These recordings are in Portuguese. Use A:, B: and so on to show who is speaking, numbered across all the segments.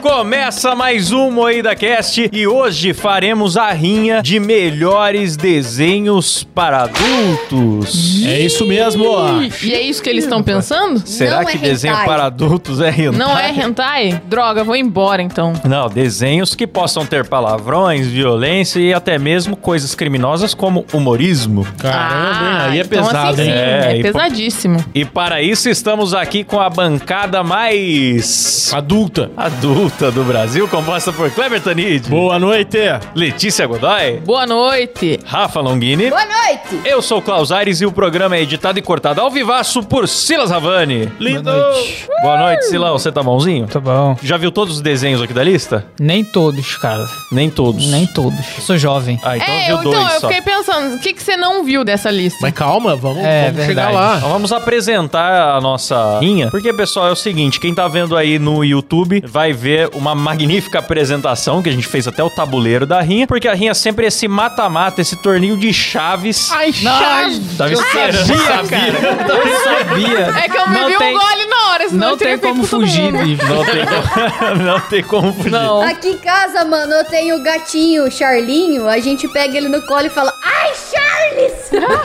A: Começa mais um Moída Cast e hoje faremos a rinha de melhores desenhos para adultos.
B: É isso mesmo, ó.
C: E é isso que eles estão pensando?
A: Será
D: Não
A: que
D: é
A: desenho
D: hentai.
A: para adultos é hentai?
C: Não
B: tá
C: é hentai? Droga, vou embora então.
A: Não, desenhos que possam ter palavrões, violência e até mesmo coisas criminosas como humorismo.
B: Caramba, hein?
C: Ah,
B: aí é
C: então
B: pesado,
C: assim, sim,
B: hein?
A: É,
C: É,
A: e po-
C: pesadíssimo.
A: E para isso estamos aqui com a bancada mais
B: É. Adulta.
A: adulta do Brasil, composta por Kleber Tanid,
B: Boa noite.
A: Letícia Godoy,
C: Boa noite.
A: Rafa Longini.
D: Boa noite!
A: Eu sou o Klaus Aires e o programa é editado e cortado ao vivaço por Silas Ravani.
B: Lindo.
E: noite.
A: Boa noite, Silão. Você tá bonzinho?
E: Tá bom.
A: Já viu todos os desenhos aqui da lista?
E: Nem todos, cara.
A: Nem todos.
E: Nem todos. Sou jovem.
A: Ah, então
C: é,
A: viu
C: eu,
A: dois
C: então, eu
A: só.
C: fiquei pensando, o que, que você não viu dessa lista?
B: Mas calma, vamos,
E: É,
B: vamos chegar
E: verdade.
B: lá.
A: Então vamos apresentar a nossa linha, porque pessoal, é o seguinte, quem tá vendo aí no YouTube vai ver uma magnífica apresentação que a gente fez até o tabuleiro da rinha, porque a rinha é sempre esse mata-mata, esse torneio de chaves.
B: Ai, chato.
E: Tá
A: Tava esperando, sabia?
E: Eu sabia.
C: É que eu bebi
E: tem,
C: um gole na hora, senão
E: Não
C: eu teria
E: tem como
C: feito com todo
B: né?
E: fugir,
C: mundo.
E: bicho.
A: Não tem como, não tem como fugir.
E: Não.
D: Aqui em casa, mano, eu tenho o gatinho, o Charlinho. A gente pega ele no colo e fala: Ai, Charles!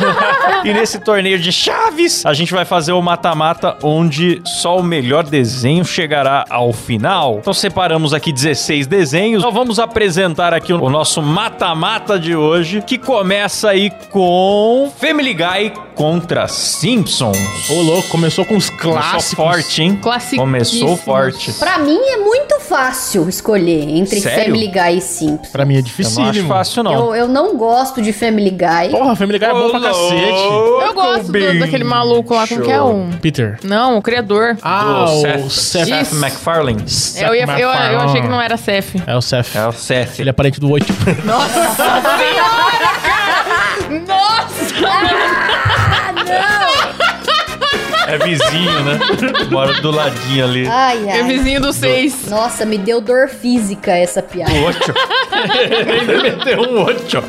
A: E nesse torneio de chaves, a gente vai fazer o mata-mata onde só o melhor desenho chegará ao final. Então separamos aqui 16 desenhos. Então vamos apresentar aqui o nosso mata-mata de hoje, que começa aí com Family Guy contra Simpsons.
B: Ô, louco, começou com os
A: Começou
B: clássicos.
A: forte, hein?
C: Classiquíssimos.
A: Começou forte.
D: Pra mim é muito fácil escolher entre
A: Sério?
D: Family Guy e Simpsons.
B: Pra mim é
A: Eu
B: difícil.
A: não acho fácil, não.
D: Eu, eu não gosto de Family Guy.
B: Porra, Family Guy é bom pra cacete.
C: Eu gosto do, daquele maluco lá, como que é um?
B: Peter.
C: Não, o criador.
B: Ah,
A: Do
B: o
A: Seth, Seth,
C: Isso.
A: MacFarlane.
C: eu, ia- eu- eu achei que não era Seth.
B: É o Seth.
A: É o Seth.
B: Ele é parente do 8.
A: É vizinho, né? Mora do ladinho ali.
D: Ai,
C: É
D: ai.
C: vizinho do seis.
D: Nossa, me deu dor física essa piada.
A: Um Ocho. Ele meteu um ocho.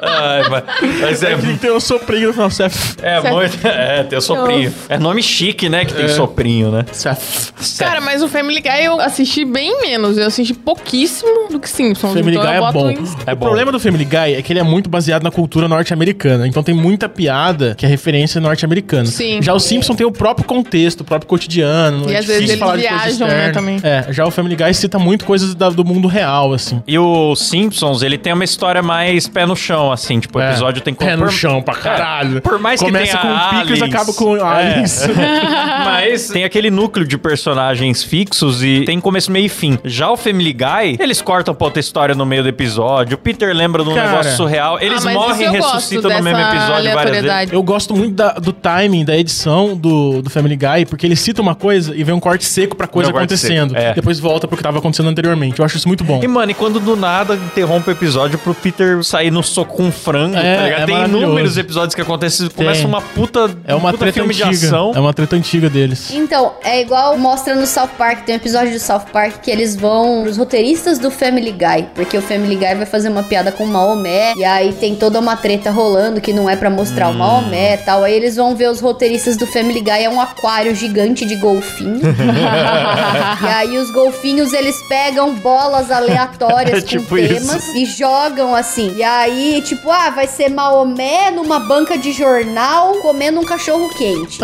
A: Ai, mas, mas é,
B: Ele tem um soprinho no Seth.
A: é muito. É, tem o soprinho. É nome chique, né? Que
B: É.
A: tem soprinho, né?
B: Seth.
C: Cara, mas o Family Guy eu assisti bem menos. Eu assisti pouquíssimo do que Simpsons.
B: Family
C: então
B: Guy
C: eu
B: é
C: boto
B: bom.
C: em
A: É
B: o
A: bom.
B: problema do Family Guy é que ele é muito baseado na cultura norte-americana. Então tem muita piada que é referência norte-americana.
C: Sim.
B: Já o Simpson tem o próprio contexto, o próprio cotidiano. não
C: E
B: é
C: às vezes
B: difícil
C: eles
B: falar de coisa
C: viajam, né,
B: externa.
C: também.
B: É, já o Family Guy cita muito coisas da- do mundo real, assim.
A: E o Simpsons, ele tem uma história mais pé no chão, assim. Tipo, o
B: É.
A: episódio tem
B: Pé no chão pra caralho.
A: É, por mais que
B: Começa
A: tenha
B: com o Pickles
A: aliens.
B: e acaba com
A: É.
B: aliens.
A: Mas tem aquele núcleo de personagens fixos e tem começo, meio e fim. Já o Family Guy, eles cortam pra outra história no meio do episódio. O Peter lembra de um
B: Cara.
A: negócio surreal. Eles
C: Ah, mas
A: morrem e
C: isso eu gosto
A: ressuscitam no mesmo
C: dessa
A: episódio várias vezes.
C: aleatoriedade.
B: Eu gosto muito da- do timing, da edição do, do Family Guy, porque ele cita uma coisa e vem um corte seco pra coisa
A: Vem um corte
B: acontecendo.
A: seco, é.
B: Depois volta pro que tava acontecendo anteriormente. Eu acho isso muito bom.
A: E, mano, e quando do nada interrompe o episódio pro Peter sair no soco com um frango,
B: É,
A: tá ligado?
B: é
A: Tem
B: maravilhoso.
A: inúmeros episódios que acontecem. Começa uma puta,
B: É uma
A: um puta
B: treta
A: filme
B: antiga.
A: de ação.
B: É uma treta antiga deles.
D: Então, é igual mostra no South Park, tem um episódio do South Park que eles vão os roteiristas do Family Guy, porque o Family Guy vai fazer uma piada com o Maomé, e aí tem toda uma treta rolando que não é pra mostrar o Maomé e tal. Aí eles vão ver os roteiristas do Family Guy, é um aquário gigante de golfinho. e aí os golfinhos eles pegam bolas aleatórias
A: É tipo
D: com temas e jogam assim. E aí, tipo, ah, vai ser Maomé numa banca de jornal comendo um cachorro quente.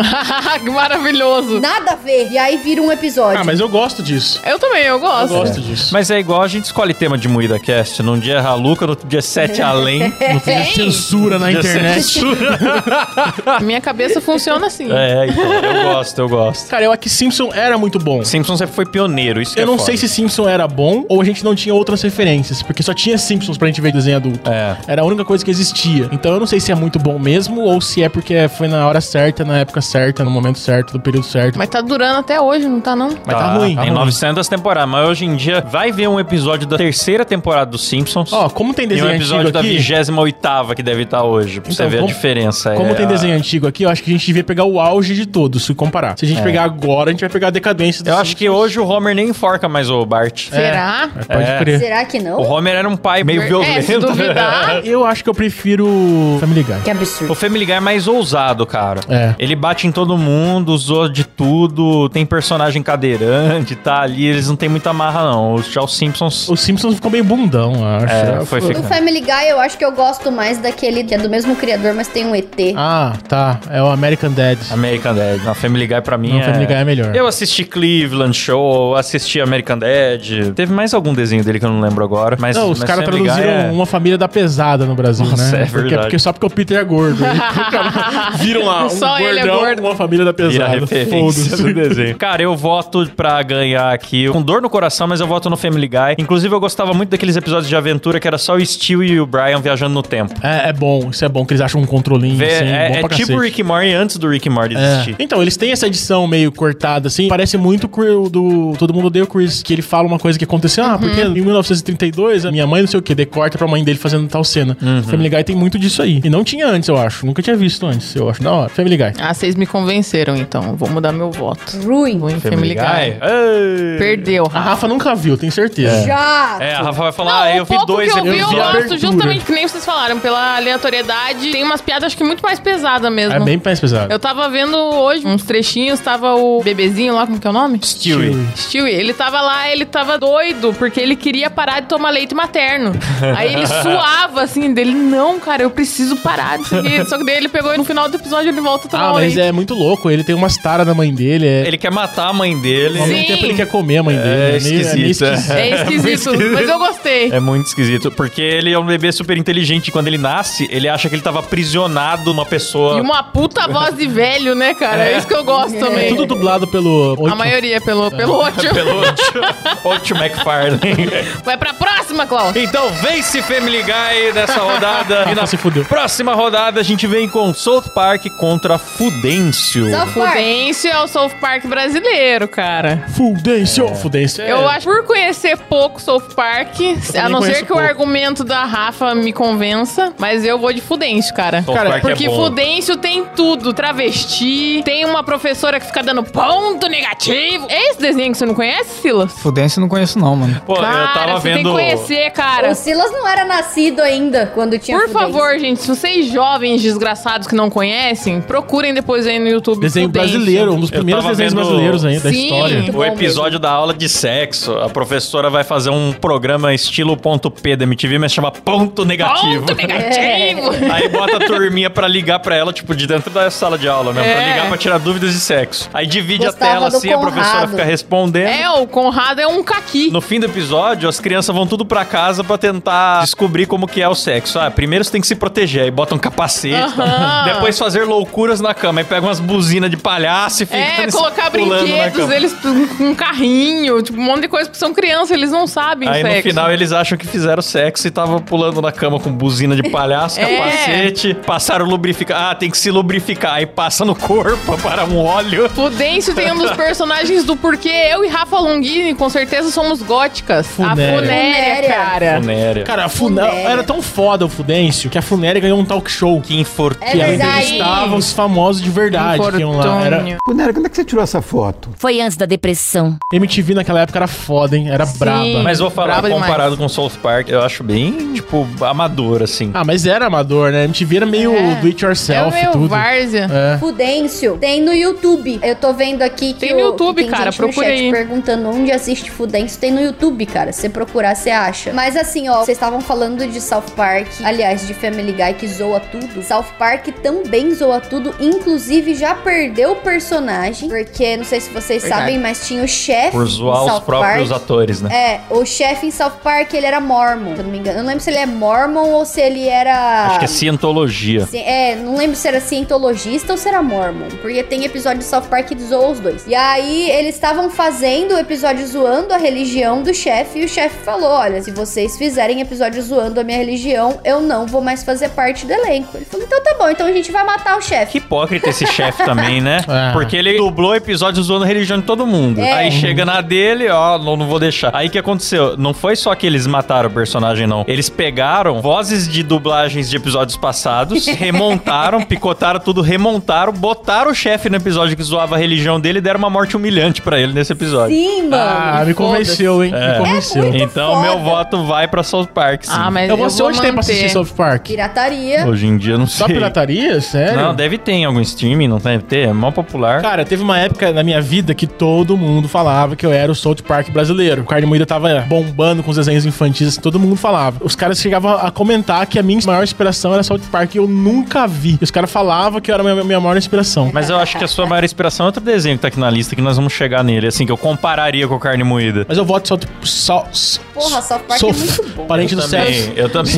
C: que maravilhoso.
D: Nada a ver. E aí vira um episódio.
B: Ah, mas eu gosto disso.
C: Eu também, eu
B: Eu
C: gosto.
B: gosto disso.
A: Mas é igual a gente escolhe tema de Moída Cast. Num dia é Haluca, no outro dia é Sete Além.
B: Não tem
C: Sim.
B: censura na
A: Dia
B: internet.
C: Minha cabeça funciona assim.
A: É, então, eu gosto, eu gosto.
B: Cara, eu acho que Simpson era muito bom.
A: Simpsons sempre foi pioneiro, isso que
B: Eu
A: é
B: não
A: foda.
B: sei se Simpson era bom ou a gente não tinha outras referências, porque só tinha Simpsons pra gente ver desenho adulto.
A: É.
B: Era a única coisa que existia. Então eu não sei se é muito bom mesmo ou se é porque foi na hora certa, na época certa, no momento certo, no período certo.
C: Mas tá durando até hoje, não tá não?
B: Mas tá ruim, tá
A: Tem
B: ruim.
A: 900 temporadas, mas hoje em dia vai ver um episódio da terceira temporada dos Simpsons.
B: Ó, como tem
A: e
B: desenho
A: um episódio
B: antigo
A: da
B: aqui...
A: 28 que deve estar hoje, pra você
B: Então,
A: ver
B: como-
A: a diferença.
B: Como
A: É
B: tem
A: a-
B: desenho antigo aqui, eu acho que a gente devia pegar o auge de todos e comparar. Se a gente pegar agora, a gente vai pegar a decadência dos
A: É. Eu acho que hoje o Homer nem enforca mais o Bart.
C: Será?
B: Simpsons. Pode
A: É.
B: crer.
D: Será que
A: O
D: não?
A: Homer era um pai meio
C: É, se
A: violento.
B: né?
C: duvidar.
B: Eu eu acho que eu prefiro Family Guy.
D: Que absurdo.
A: O Family Guy é mais ousado, cara.
B: É.
A: Ele bate em todo mundo, zoa de tudo, tem personagem cadeirante, tá ali, eles não tem muita marra, não. Os Charles Simpsons.
B: Os Simpsons ficou meio bundão, eu acho.
A: É, foi
D: Do
A: ficando.
D: Family Guy, eu acho que eu gosto mais daquele que é do mesmo criador, mas tem um ET.
B: Ah, tá. É o American Dad.
A: American Dad. Na Family Guy, pra mim,
B: Não,
A: é...
B: Family Guy é melhor.
A: Eu assisti Cleveland Show, assisti American Dad. Teve mais algum desenho dele que eu não lembro agora. Mas,
B: Não, os
A: mas
B: caras
A: Family Guy
B: traduziram um
A: é-
B: uma família da pesada no Brasil,
A: Nossa,
B: né?
A: é
B: Porque-
A: verdade.
B: porque só porque o Peter é gordo. Viram lá, um
C: Só
B: gordão,
C: ele é gordo.
B: uma família da
A: Vira
B: pesada.
A: referência do
B: Foda-se.
A: desenho. Cara, eu voto pra ganhar aqui. Com dor no coração, mas eu voto no Family Guy. Inclusive, eu gostava muito daqueles episódios de aventura que era só o Steel e o Brian viajando no tempo.
B: É, é bom, isso é bom, que eles acham um controlinho,
A: Vê-
B: assim,
A: é
B: bom
A: é
B: pra
A: tipo o
B: cacete.
A: Rick and Morty antes do Rick and Morty
B: É.
A: existir.
B: Então, eles têm essa edição meio cortada, assim. Parece muito com o do Todo Mundo Odeia o Chris, que ele fala uma coisa que aconteceu. Ah, porque em 1932, a minha mãe, não sei o quê, decorta pra mãe dele fazendo tal cena. Family Guy tem muito disso aí. E não tinha antes, eu acho. Nunca tinha visto antes, eu acho. Da hora. Family Guy.
C: Ah, vocês me convenceram, então. Vou mudar meu voto.
D: Ruim.
C: Vou em Family Guy.
A: Ei.
C: Perdeu,
B: A
C: Rafa.
B: Rafa nunca viu, tenho certeza.
D: Já!
A: É, a Rafa vai falar,
C: Não,
A: ah,
C: o
A: eu vi
C: pouco
A: dois
C: que eu vi, eu
B: episódios.
C: gosto
B: Abertura.
C: justamente que nem vocês falaram, pela aleatoriedade. Tem umas piadas, acho que muito mais pesada mesmo.
B: É bem mais pesado.
C: Eu tava vendo hoje uns trechinhos, tava o bebezinho lá, como que é o nome?
A: Stewie.
C: Stewie, ele tava lá, ele tava doido, porque ele queria parar de tomar leite materno. Aí ele suava, assim, dele, não, cara, eu preciso parar disso aqui. Só que daí ele pegou e no final do episódio ele volta a tomar um
B: Ah, mas
C: leite.
B: é muito louco. Ele tem umas taras da mãe dele. É...
A: Ele quer matar a mãe dele.
B: Ao
C: Sim.
B: mesmo tempo ele quer comer a mãe dele. né?
A: É
B: meio-
A: esquisito,
B: meio
A: é.
C: É esquisito, mas eu gostei.
A: É muito esquisito, porque ele é um bebê super inteligente. Quando ele nasce, ele acha que ele tava aprisionado numa pessoa.
C: E uma puta voz de velho, né, cara? É isso que eu gosto também.
B: Tudo dublado pelo...
C: A maioria pelo, pelo ódio.
A: Pelo Otto McFarlane.
C: Vai pra próxima, Klaus.
A: Então vence Family Guy nessa rodada.
B: Rafa se fudeu.
A: próxima rodada a gente vem com South Park contra Fudêncio.
D: South Park.
C: Prudêncio é o South Park brasileiro, cara.
B: Fudêncio. Fudêncio. é-
C: Eu acho por conhecer pouco South Park, a não
B: conheço
C: ser que o
B: pouco.
C: argumento da Rafa me convença, mas eu vou de Fudêncio, cara.
A: South
B: Cara,
A: Park
C: Porque
A: é bom.
C: Fudêncio tem tudo, travesti, tem uma professora que fica dando ponto negativo. É esse desenho que você não conhece, Silas?
E: Fudência eu não conheço, não, mano.
A: Pô, eu tava
C: você tem
A: vendo.
C: que conhecer, cara.
D: O Silas não era nascido ainda quando tinha
C: Por
D: Fudêncio.
C: favor, gente, se vocês jovens desgraçados que não conhecem, procurem depois aí no YouTube.
B: Desenho
C: Fudêncio.
B: brasileiro, um dos primeiros
A: tava
B: desenhos
A: vendo-
B: brasileiros aí da
C: Sim.
B: história.
D: Muito
A: O
D: bom
A: episódio da aula de sexo, a professora vai fazer um programa estilo ponto P da MTV, mas chama ponto negativo.
C: Ponto negativo.
A: Aí bota a turminha pra ligar pra ela, tipo, de dentro da sala de aula mesmo, pra
C: É.
A: ligar pra tirar dúvidas de sexo. Aí divide
D: Gostava
A: a tela
D: do
A: assim, a professora
D: Conrado.
A: fica respondendo.
C: É, o Conrado é um caqui.
A: No fim do episódio, as crianças vão tudo pra casa pra tentar descobrir como que é o sexo. Ah, primeiro você tem que se proteger, aí bota um capacete,
C: Aham.
A: tá? depois fazer loucuras na cama, aí pega umas buzinas de palhaço e fica
C: É,
A: nesse-
C: colocar
A: pulando na
C: brinquedos,
A: cama.
C: eles com um carrinho, tipo, um monte de coisa, porque são crianças, eles não sabem
A: Aí
C: sexo.
A: no final eles acham que fizeram sexo e estavam pulando na cama com buzina de palhaço,
C: É.
A: capacete, passaram lubrificar. Ah, tem que se lubrificar. Aí passa no corpo para um óleo.
C: Fudêncio tem um dos personagens do porquê eu e Rafa Longini, com certeza, somos góticas.
B: Funéria.
C: A Funéria,
D: Funéria.
C: É. cara.
A: Funéria.
B: Cara, a Funé...
D: Funéria.
B: era tão foda o Fudêncio que a Funéria ganhou um talk show.
A: Que infortúnio.
C: é
B: Que ela
D: verdade.
B: entrevistava os famosos de verdade que iam um lá. Era...
C: Infortúnio.
F: Nera, quando é que você tirou essa foto?
G: Foi antes da depressão.
B: MTV naquela época era foda, hein? Era
C: Sim.
B: braba.
A: Mas vou falar,
C: Braba demais.
A: comparado com South Park, eu acho bem, tipo, amador, assim.
B: Ah, mas era amador, né? MTV era meio
C: É.
B: do it
C: É
B: yourself,
C: meio
B: tudo.
C: várzea.
B: É.
D: Fudêncio tem no YouTube. Eu tô vendo aqui que
C: Tem no
D: o-
C: YouTube,
D: tem
C: cara,
D: gente
C: procura
D: no chat
C: aí.
D: perguntando onde assiste Fudêncio. Tem no YouTube, cara. Se você procurar, você acha. Mas assim, ó, vocês estavam falando de South Park, aliás, de Family Guy que zoa tudo. South Park também zoa tudo, inclusive já perdeu o personagem, porque não sei se vocês
C: Verdade.
D: sabem, mas tinha o chefe
A: Por zoar
D: em É South
A: os próprios
D: Park.
A: atores, né?
D: É, o chefe em South Park, ele era mormon, se eu não me engano. Eu não lembro se ele é mormon ou se ele era...
A: Acho que é cientologia.
D: Ci- É, não lembro se era cientologista ou se era mormon. Porque tem episódio de South Park que zoa os dois. E aí, eles estavam fazendo o episódio zoando a religião do chefe. E o chefe falou: Olha, se vocês fizerem episódio zoando a minha religião, eu não vou mais fazer parte do elenco. Ele falou: Então tá bom, então a gente vai matar o
A: Que
D: chefe.
A: hipócrita esse chefe também, né?
C: É.
B: Ah.
A: Porque ele dublou episódios zoando a religião de todo mundo.
D: É.
A: Aí chega na dele, ó, não, não vou deixar. Aí o que aconteceu? Não foi só que eles mataram o personagem, não. Eles pegaram vozes de dublagens de episódios passados, remontaram, picotaram tudo, remontaram, botaram o chefe no episódio que zoava a religião dele e deram uma morte humilhante pra ele nesse episódio. Ah.
D: Sim, mano.
B: Ah, me convenceu, hein? Me convenceu.
D: muito
A: Então,
D: foda.
A: meu voto vai pra South Park, sim.
C: Ah, mas
B: Eu vou assistir hoje, tem pra
C: ter.
B: assistir South Park?
D: Pirataria.
A: Hoje em dia eu não sei.
B: Só pirataria? Sério?
A: Não, deve ter em algum streaming, não deve ter, é mó popular.
B: Cara, teve uma época na minha vida que todo mundo falava que eu era o South Park brasileiro. O Carne Moída tava bombando com os desenhos infantis, assim, todo mundo falava. Os caras chegavam a comentar que a minha maior inspiração era South Park e eu nunca vi. E os caras falavam que eu era a minha, minha maior inspiração.
A: Mas eu acho que a sua maior inspiração é outro desenho que tá aqui na lista, que nós vamos chegar nele, assim, que eu compararia com carne moída.
B: Mas eu voto South South.
D: Porra, South Park é muito bom.
B: Parente do
A: também,
B: Seth.
A: eu também.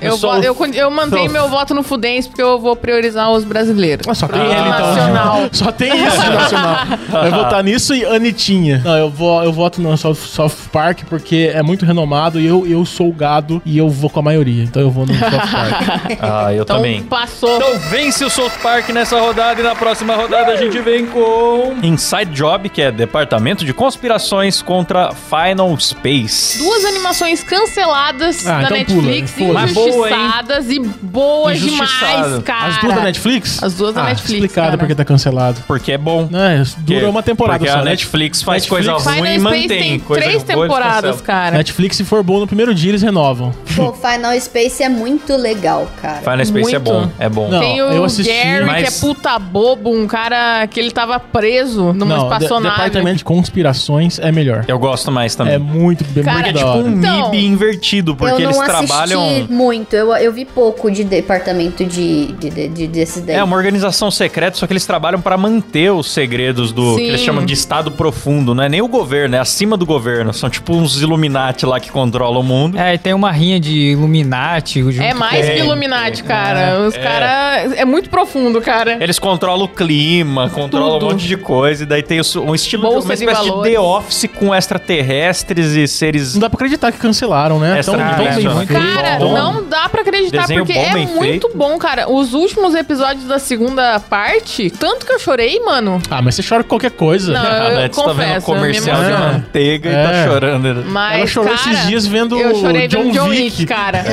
C: Eu,
A: sou-
C: vo- eu, con- eu mantenho
A: sou-
C: meu voto no Fudens porque eu vou priorizar os brasileiros.
B: Ah, só tem
C: Ah,
B: ele, então.
C: nacional.
B: Só tem isso de nacional. Vai votar nisso e Anitinha. Não, eu, vou, eu voto no South, South Park porque é muito renomado e eu, eu sou o gado e eu vou com a maioria. Então eu vou no South Park.
A: Ah, eu
C: Então
A: também.
C: passou.
A: Então vence o South Park nessa rodada e na próxima rodada a gente vem com Inside Job, que é Departamento de Conspirações contra Final Space.
C: Duas animações canceladas
B: Ah,
C: da
B: então
C: Netflix,
B: pula, pula.
A: Mas boa, hein?
C: injustiçadas e boas
A: Injustiçado.
C: demais, cara.
B: As duas da Netflix? Ah,
C: As duas da Netflix,
B: Explicado
C: cara.
B: porque tá cancelado.
A: Porque é bom.
B: É, dura
A: Porque-
B: uma temporada
A: porque
B: só.
A: a
B: né?
A: Netflix faz
B: Netflix-
A: coisa
C: Final
A: ruim e
C: Space
A: mantém.
C: tem
A: coisa
C: três
A: boa, eles
C: temporadas,
A: cancelam.
C: cara.
B: Netflix, se for bom no primeiro dia, eles renovam.
D: Pô, Final Space é muito legal, cara.
A: Final Space é
C: Muito.
A: bom, é bom.
B: Não.
C: Tem
B: Ó,
C: o
B: eu assisti,
C: Gary, que
A: mas-
C: é puta bobo, um cara que ele tava preso numa
B: Não, de-
C: espaçonave.
B: Departamento de conspirações é melhor.
A: Eu gosto mais também.
B: É muito, bem
C: Cara,
B: muito
C: é
B: da
A: tipo
B: hora.
A: um
C: Então,
A: MIB invertido, porque
D: eu
A: eles
D: não assisti
A: trabalham.
D: muito, eu, eu vi pouco de departamento de, de, de- de- desse daí.
A: É uma organização secreta, só que eles trabalham pra manter os segredos do que
C: Sim.
A: eles chamam de Estado profundo, não é nem o governo, é acima do governo. São tipo uns Illuminati lá que controlam o mundo.
E: É, e tem uma rinha de Illuminati. junto
C: É mais
E: com-
C: que Illuminati, cara. Os
A: É.
C: caras. É muito profundo, cara.
A: Eles controlam o clima, controlam um monte de coisa, e daí tem os- um estilo
C: Bolsa
A: uma
C: de
A: espécie de,
C: valores.
A: The Office com extraterrestres e seres.
B: Não dá pra acreditar que cancelaram, né?
A: É estranho, né?
B: bem feito.
C: Cara,
A: Bom.
C: não dá pra acreditar,
A: Desenho
C: porque
A: bom,
C: é
A: bem
C: muito
A: feito.
C: bom, cara. Os últimos episódios da segunda parte, tanto que eu chorei, mano.
B: Ah, mas você chora com qualquer coisa.
C: Não, eu-
A: Antes tá
C: confesso,
A: vendo
C: eu
A: comercial
B: me
A: de
B: emociono.
A: manteiga e
B: É.
A: tá chorando.
C: Mas,
B: Ela chorou
C: cara,
B: esses dias vendo
C: Eu chorei
B: John
C: vendo John Wick,
B: Wick. É.
C: cara.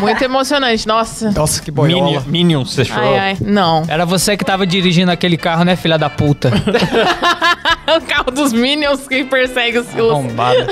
C: Muito emocionante, nossa.
E: Nossa, que
A: Minion,
E: boiola.
A: Minions, você chorou.
C: Ai, ai. Não.
E: Era você que tava dirigindo aquele carro, né, filha da puta?
B: É.
C: o carro dos Minions que persegue
B: Ah,
C: os seus.
E: Arrombada.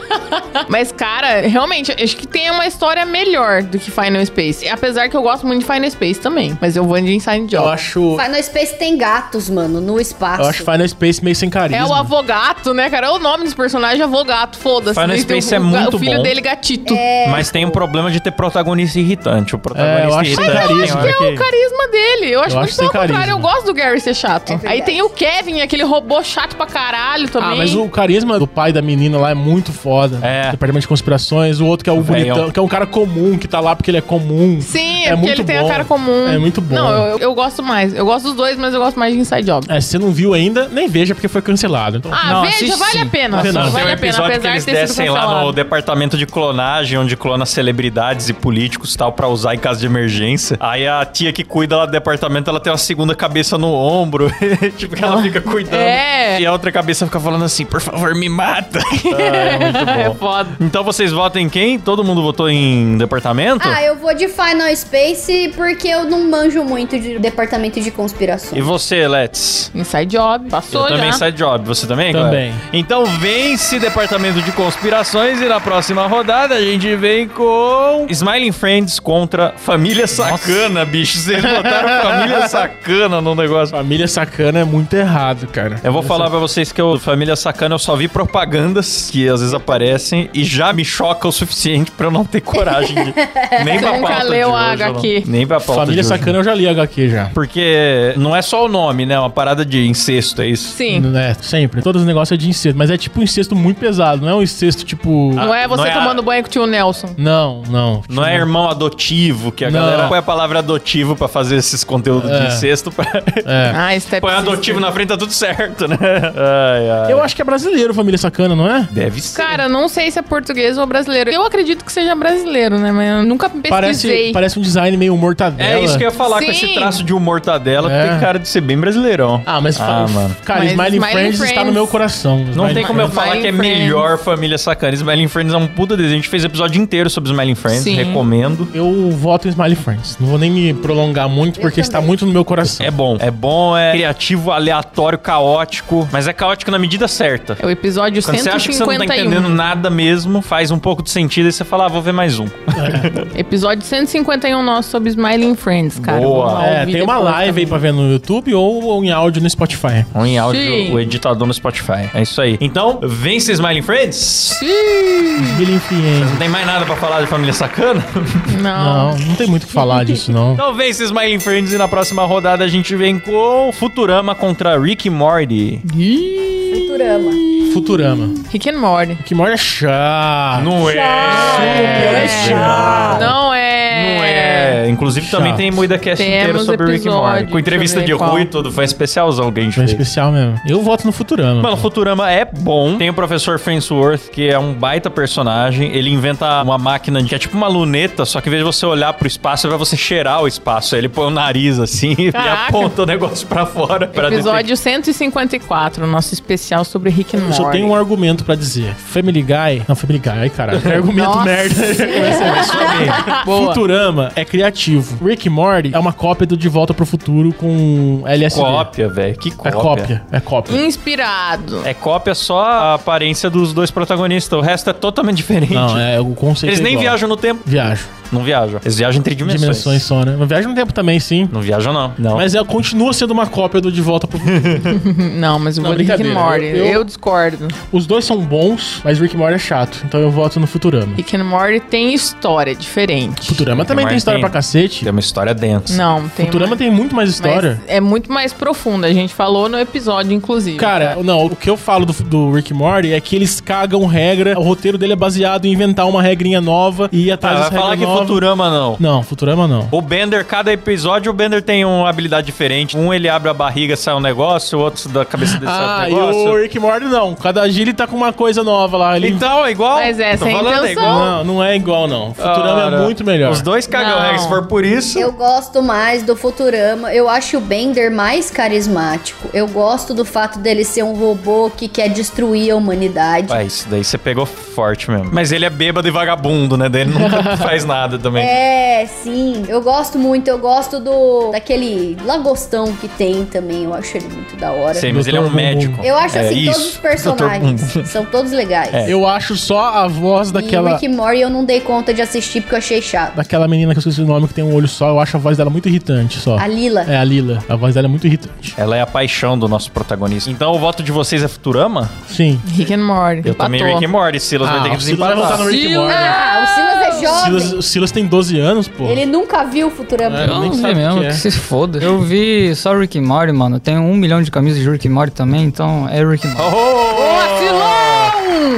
C: Mas, cara, realmente, acho que tem uma história melhor do que Final Space. Apesar que eu gosto muito de Final Space também. Mas eu vou de Inside
B: Eu
C: Job.
B: acho.
D: Final Space tem gatos, mano, no espaço.
B: Eu acho Final Space meio sem carisma.
C: É o Avogato, né, cara? É o nome desse personagem, Avogato, foda-se. né?
A: Final
C: Tem o-
A: Space
C: o,
A: é muito
C: O filho
A: bom.
C: dele, Gatito.
A: Mas tem um problema de ter protagonista irritante. O
B: É, eu
A: protagonista
B: acho sem
A: irritante. tem um
B: carisma.
A: hora
B: Eu
C: É o carisma dele.
B: Eu
C: Eu acho
B: acho
C: muito pelo
B: sem
C: contrário.
B: carisma.
C: Eu gosto do Gary ser chato.
D: É
C: Aí tem o Kevin, aquele robô chato pra caralho também.
B: Ah, mas o carisma do pai da menina lá é muito foda.
A: É.
B: Departamento de conspirações. O outro que é o
A: Velhão.
B: bonitão, que é um cara comum, que tá lá porque ele é comum.
C: Sim, é,
B: É
C: porque
B: muito
C: ele tem
B: bom.
C: a cara comum.
B: É muito bom.
C: Não, eu, eu gosto mais. Eu gosto dos dois, mas eu gosto mais de Inside Job.
B: É, se você não viu ainda, nem veja porque foi cancelado. Então,
C: Ah,
E: Não,
C: veja,
E: assiste
C: vale
E: sim.
C: a pena.
B: Vale a pena.
A: Não, tem um
C: Vale a pena,
A: episódio que
C: apesar
A: eles
C: de ter sido
A: descem lá no
C: cancelado.
A: departamento de clonagem, onde clona celebridades e políticos e tal pra usar em caso de emergência. Aí a tia que cuida lá do departamento, ela tem uma segunda cabeça no ombro, tipo que ela fica cuidando.
C: É.
A: E a outra cabeça fica falando assim: "Por favor, me mata". Ah, é
C: É
A: muito bom.
C: foda.
A: Então vocês votam em quem? Todo mundo votou em departamento?
D: Ah, eu vou de Final Space porque eu não manjo muito de departamento de
A: E
D: conspirações.
A: você, Let's?
C: Inside Job,
A: Eu
C: passou já.
A: também sai job, você também? Clara?
B: Também.
A: Então vence Departamento de Conspirações e na próxima rodada a gente vem com Smiling Friends contra Família Sacana, bicho. Vocês botaram Família Sacana no negócio.
B: Família sacana é muito errado, cara.
A: Eu vou falar pra vocês que eu, Família Sacana, eu só vi propagandas que às vezes aparecem e já me choca o suficiente pra eu não ter coragem de. Nem pra
C: Você nunca
A: pauta
C: leu
A: de
C: a
A: hoje, eu não-
C: HQ.
A: Nem pra pauta
B: Família
A: de hoje.
B: sacana eu já li HQ já.
A: Porque não é só o nome, né? É uma parada de incesto, é isso?
C: Sim.
B: É, sempre. Todos os negócios é de incesto, mas é tipo um incesto muito pesado, não é um incesto tipo.
C: Não é você
A: não é a-
C: tomando banho com o tio Nelson.
B: Não, não.
A: Não é irmão adotivo, que a
B: Não.
A: galera põe a palavra adotivo pra fazer esses conteúdos
B: É.
A: de incesto. Pra...
B: É.
C: Ah, Step
A: põe
C: Sister.
A: adotivo na frente, tá tudo certo, né? Ai, ai.
B: Eu acho que é brasileiro, família sacana, não é?
A: Deve ser.
C: Cara, não sei se é português ou brasileiro. Eu acredito que seja brasileiro, né? Mas eu nunca
B: Parece,
C: pesquisei.
B: parece um design meio mortadela.
A: é isso que eu ia falar com
C: Sim.
A: esse traço de humor dela,
B: É.
A: que tem cara de ser bem brasileirão.
B: Ah, mas. fa-
A: Ah, mano.
B: Cara,
C: Mas
B: Smiling,
C: Smiling
B: Friends, está no
C: Friends-
B: meu coração.
A: Não
B: Smiling
A: tem como eu
B: Friends.
A: falar que é
C: Smiling Friends.
A: melhor Família Sacana. Smiling Friends é um puta desenho. A gente fez episódio inteiro sobre Smiling Friends,
C: Sim.
A: recomendo.
B: Eu voto em Smiley Friends. Não vou nem me prolongar muito, porque está muito no meu coração.
A: É bom. É bom, é criativo, aleatório, caótico. Mas é caótico na medida certa.
C: É o episódio
A: Quando você acha que você não tá
C: 151.
A: entendendo nada mesmo, faz um pouco de sentido e você fala, ah, vou ver mais um.
C: Episódio 151 nosso sobre Smiling Friends, cara.
A: Boa.
C: Vamos lá
B: É,
C: ouvir
B: tem uma
C: depois
B: live aí
C: também.
B: pra ver no YouTube ou, ou em áudio no Spotify.
A: Ou em áudio,
C: Sim.
A: o editador no Spotify. É isso aí. Então, vence Smiling Friends.
B: Billy Influencer.
A: Não tem mais nada pra falar de Família Sacana?
C: Não.
B: Não, não tem muito o que falar disso, não.
A: Então vence Smiling Friends e na próxima rodada a gente vem com Futurama contra Rick e Morty.
D: Futurama.
B: Futurama.
C: Rick and Morty.
B: O que mora é chato.
A: Não é.
B: É chato.
C: Não é.
A: Não é. Inclusive também
B: Chato.
A: tem Moida Cast inteiro
C: Temos
A: sobre Rick e Morty.
C: episódio,
A: Com entrevista de
C: deixa eu ver
A: Rui e
C: qual.
A: tudo. Foi um especialzão que a gente
B: É
A: fez.
B: especial mesmo. Eu voto no Futurama.
A: Mano, Futurama é bom. Tem o professor Farnsworth, que é um baita personagem. Ele inventa uma máquina que é tipo uma luneta, só que em vez de você olhar pro espaço, é pra você cheirar o espaço. Aí ele põe o nariz assim e
C: Caraca.
A: aponta o negócio pra fora. Pra
C: Episódio 154, nosso especial sobre Rick and
B: Eu
C: Morty.
B: só tenho um argumento pra dizer. Family Guy. Não, Family Guy, ai caralho. É argumento
C: Nossa.
B: merda.
C: Boa.
B: Futurama é criativo. Rick e Morty é uma cópia do De Volta pro Futuro com LSD.
A: Cópia, velho. Que
B: É
A: cópia.
B: cópia. É
C: Hum.
B: cópia.
C: Inspirado.
A: É cópia só a aparência dos dois protagonistas. O resto é totalmente diferente.
B: Não, é o conceito.
A: Eles
B: é
A: nem
B: igual.
A: viajam no tempo.
B: Viajam.
A: Não viajam. Eles viajam entre dimensões.
B: Dimensões só, né? Mas viaja no tempo também, sim.
A: Não viajam, não. Não.
B: Mas é, continua sendo uma cópia do De Volta pro Futuro.
C: Não, mas eu
B: Não,
C: vou de Rick and
B: brincadeira.
C: Morty. Eu,
B: Eu- eu-
C: discordo.
B: Os dois são bons, mas Rick e Morty é chato. Então eu voto no Futurama.
C: Rick and Morty tem história diferente.
B: Futurama também
A: Morty
B: tem história
A: tem.
B: pra cacete.
A: Tem uma história densa.
C: Não, tem.
B: Futurama
C: mais-
B: tem muito mais história.
C: Mas é muito mais profunda. A gente falou no episódio, inclusive.
B: Cara, não, o que eu falo do, do Rick e Morty é que eles cagam regra, o roteiro dele é baseado em inventar uma regrinha nova e ir atrás
A: Ah,
B: das
A: vai falar
B: regras
A: que
B: novas.
A: Futurama não.
B: Não, Futurama não.
A: O Bender, cada episódio, o Bender tem uma habilidade diferente. Um ele abre a barriga, sai um negócio, é o outro da cabeça dele
B: Ah,
A: sai
B: e
A: outro
B: o
A: negócio.
B: Rick e Morty não. Cada dia ele tá com uma coisa nova lá. Ele...
A: Então, é igual.
C: Mas essa
A: Tô
C: é a
D: então
A: falando,
C: intenção.
B: Não, não é igual não. Futurama
A: Cara,
B: é muito melhor.
A: Os dois cagam,
C: Não.
A: né? se for por isso.
D: Eu gosto mais do Futurama. Eu acho o Bender mais carismático. Eu gosto do fato dele ser um robô que quer destruir a humanidade.
A: Ah, isso daí você pegou forte mesmo. Mas ele é bêbado e vagabundo, né? Daí ele nunca faz nada também.
D: É, sim. Eu gosto muito. Eu gosto do daquele lagostão que tem também. Eu acho ele muito da hora.
A: Sei, mas ele é um
B: Doutor Bumbum.
A: médico.
D: Eu acho
A: É,
D: assim todos
A: isso.
D: os personagens são todos legais.
B: Eu acho só a voz
D: E
B: daquela...
D: Rick and Morty eu não dei conta de assistir porque eu achei chato.
B: Daquela menina que eu esqueci o nome, que tem um olho só, eu acho a voz dela muito irritante só.
D: A Lila.
B: É, a Lila. A voz dela é muito irritante.
A: Ela é a paixão do nosso protagonista. Então o voto de vocês é Futurama?
B: Sim.
C: Rick and Morty.
A: Eu também
B: é
A: Rick and Morty. Silas vai ter que
B: Ah, o Silas vai votar
A: desempatar.
B: no Rick e Morty.
D: Ah, o Silas é
B: O
D: jovem.
B: Silas- O Silas tem 12 anos, pô.
D: Ele nunca viu o Futurama.
B: É,
E: Eu
B: nem sabe
E: não vi
B: o que
E: mesmo,
B: é.
E: que se foda. Eu vi só Rick and Morty, mano. Tem um milhão de camisas de Rick and Morty também, então é Rick and Morty.
A: Oh!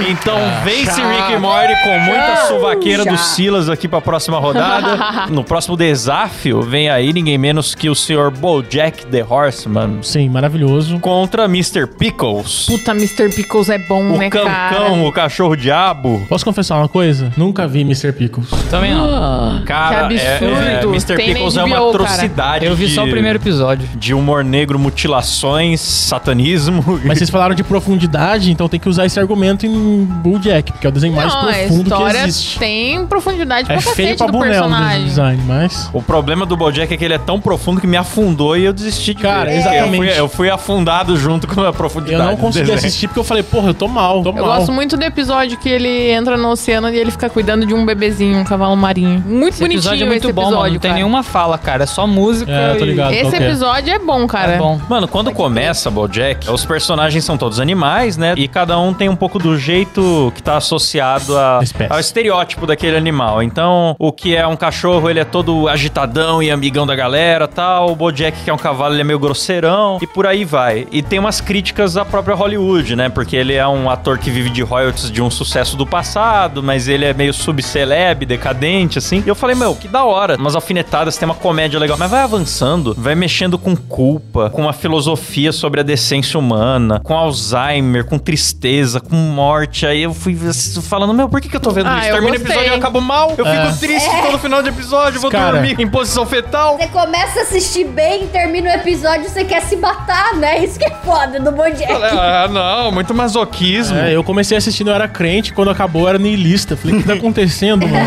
A: Então
E: Ah,
A: vence Rick e Morty com muita suvaqueira
D: Já.
A: do Silas aqui pra próxima rodada. no próximo desafio vem aí ninguém menos que o senhor Bojack the Horseman
B: Sim, maravilhoso.
A: contra Mr. Pickles.
C: Puta, Mr. Pickles é bom,
A: o
C: né,
A: cancão,
C: cara?
A: o cachorro diabo.
B: Posso confessar uma coisa? Nunca vi Mr. Pickles.
E: Também não.
A: Cara,
C: Ah, Que
A: é- é-
C: absurdo.
A: Mr.
C: Tem na
A: Pickles é
C: HBO,
A: uma
C: cara.
A: atrocidade.
E: Eu vi
A: de-
E: só o primeiro episódio.
A: De humor negro, mutilações, satanismo.
B: Mas vocês falaram de profundidade, então tem que usar esse argumento em Bull Jack, porque é o desenho mais
C: Não, a
B: profundo que
C: história
B: existe.
C: tem profundidade pra
B: É feio
C: cacete
B: pra
C: do
B: boné o
C: personagem.
B: design, mas.
A: O problema do Bojack é que ele é tão profundo que me afundou e eu desisti de
B: Cara,
A: ver.
B: exatamente.
A: Eu fui, eu fui afundado junto com a
B: Eu
A: profundidade.
B: não
A: do
B: consegui
A: desenho.
B: assistir porque eu falei, porra, eu tô mal, tô
C: Eu
B: mal.
C: gosto muito do episódio que ele entra no oceano e ele fica cuidando de um bebezinho, um cavalo marinho. Muito
E: Esse
C: bonitinho
E: episódio é muito
C: esse
E: bom,
C: episódio,
E: mano. Não tem
C: cara.
E: nenhuma fala, cara. É só música.
B: É, eu tô
E: e-
B: ligado.
C: Esse
B: qualquer.
C: episódio é bom, cara.
E: É bom.
A: Mano, quando começa BoJack, os personagens são todos animais, né? E cada um tem um pouco do jeito que tá associado a-
B: Espécie.
A: ao estereótipo daquele animal. Então, o que é um cachorro, ele é todo agitadão e amigão da galera, tal. O BoJack que é um cavalo, ele é meio grosseirão e por aí vai. E tem umas críticas à própria Hollywood, né? Porque ele é um ator que vive de royalties de um sucesso do passado, mas ele é meio subceleb, decadente assim. E eu falei, meu, que da hora. Umas alfinetadas, tem uma comédia legal, mas vai avançando, vai mexendo com culpa, com a filosofia sobre a decência humana, com Alzheimer, com tristeza, com morte. Aí eu fui falando, meu, por que, que eu tô vendo
C: Ah,
A: isso?
C: eu
A: Termina o
C: gostei.
A: episódio e eu acabo mal. Eu
B: É.
A: fico triste todo final de episódio, vou
B: Cara.
A: dormir em posição fetal.
D: Você começa a assistir bem, termina o episódio, você quer se matar, né? Isso que é foda do
A: Eu falei,
D: Bojack.
A: Ah, não, muito masoquismo.
B: É, eu comecei assistindo, eu era crente, quando acabou eu era niilista. Falei, o que tá acontecendo, mano?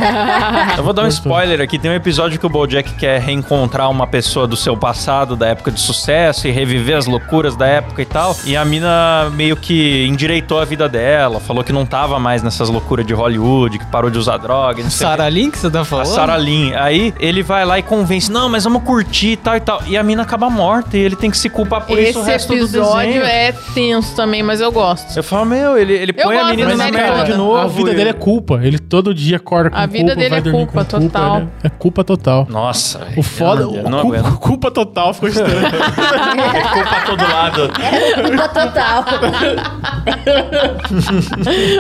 A: Eu vou dar um
B: É. Gostou.
A: spoiler aqui. Tem um episódio que o Bojack quer reencontrar uma pessoa do seu passado, da época de sucesso, e reviver as loucuras da época e tal. E a mina meio que endireitou a vida dela, falou que não tava mais nessas loucuras de Hollywood, que parou de usar droga, não sei o quê.
E: Sarah Lynn que você tá
A: A
E: falando?
A: Sarah Lynn. Aí ele vai lá e convence, não, mas vamos curtir e tal e tal. E a mina acaba morta e ele tem que se culpar por isso o
C: Esse
A: resto do
C: episódio
A: desenho.
C: é tenso também, mas eu gosto.
A: Eu falo, meu, ele, ele
C: Eu
A: põe a
C: gosto
A: menina
C: da
A: na
C: série
A: merda
C: toda.
A: de novo.
B: A vida
A: e-
B: dele é culpa. Ele todo dia acorda com
C: A vida
B: culpa,
C: dele
B: vai
C: é
B: dormir
C: culpa
B: com culpa.
C: total.
B: ele é- É culpa total.
A: Nossa, velho,
B: O foda,
A: eu não,
B: o
A: eu não
B: culpa,
A: aguento.
B: culpa total ficou estranho.
A: Culpa
B: tá
A: pra todo lado.
D: Culpa É, tá total.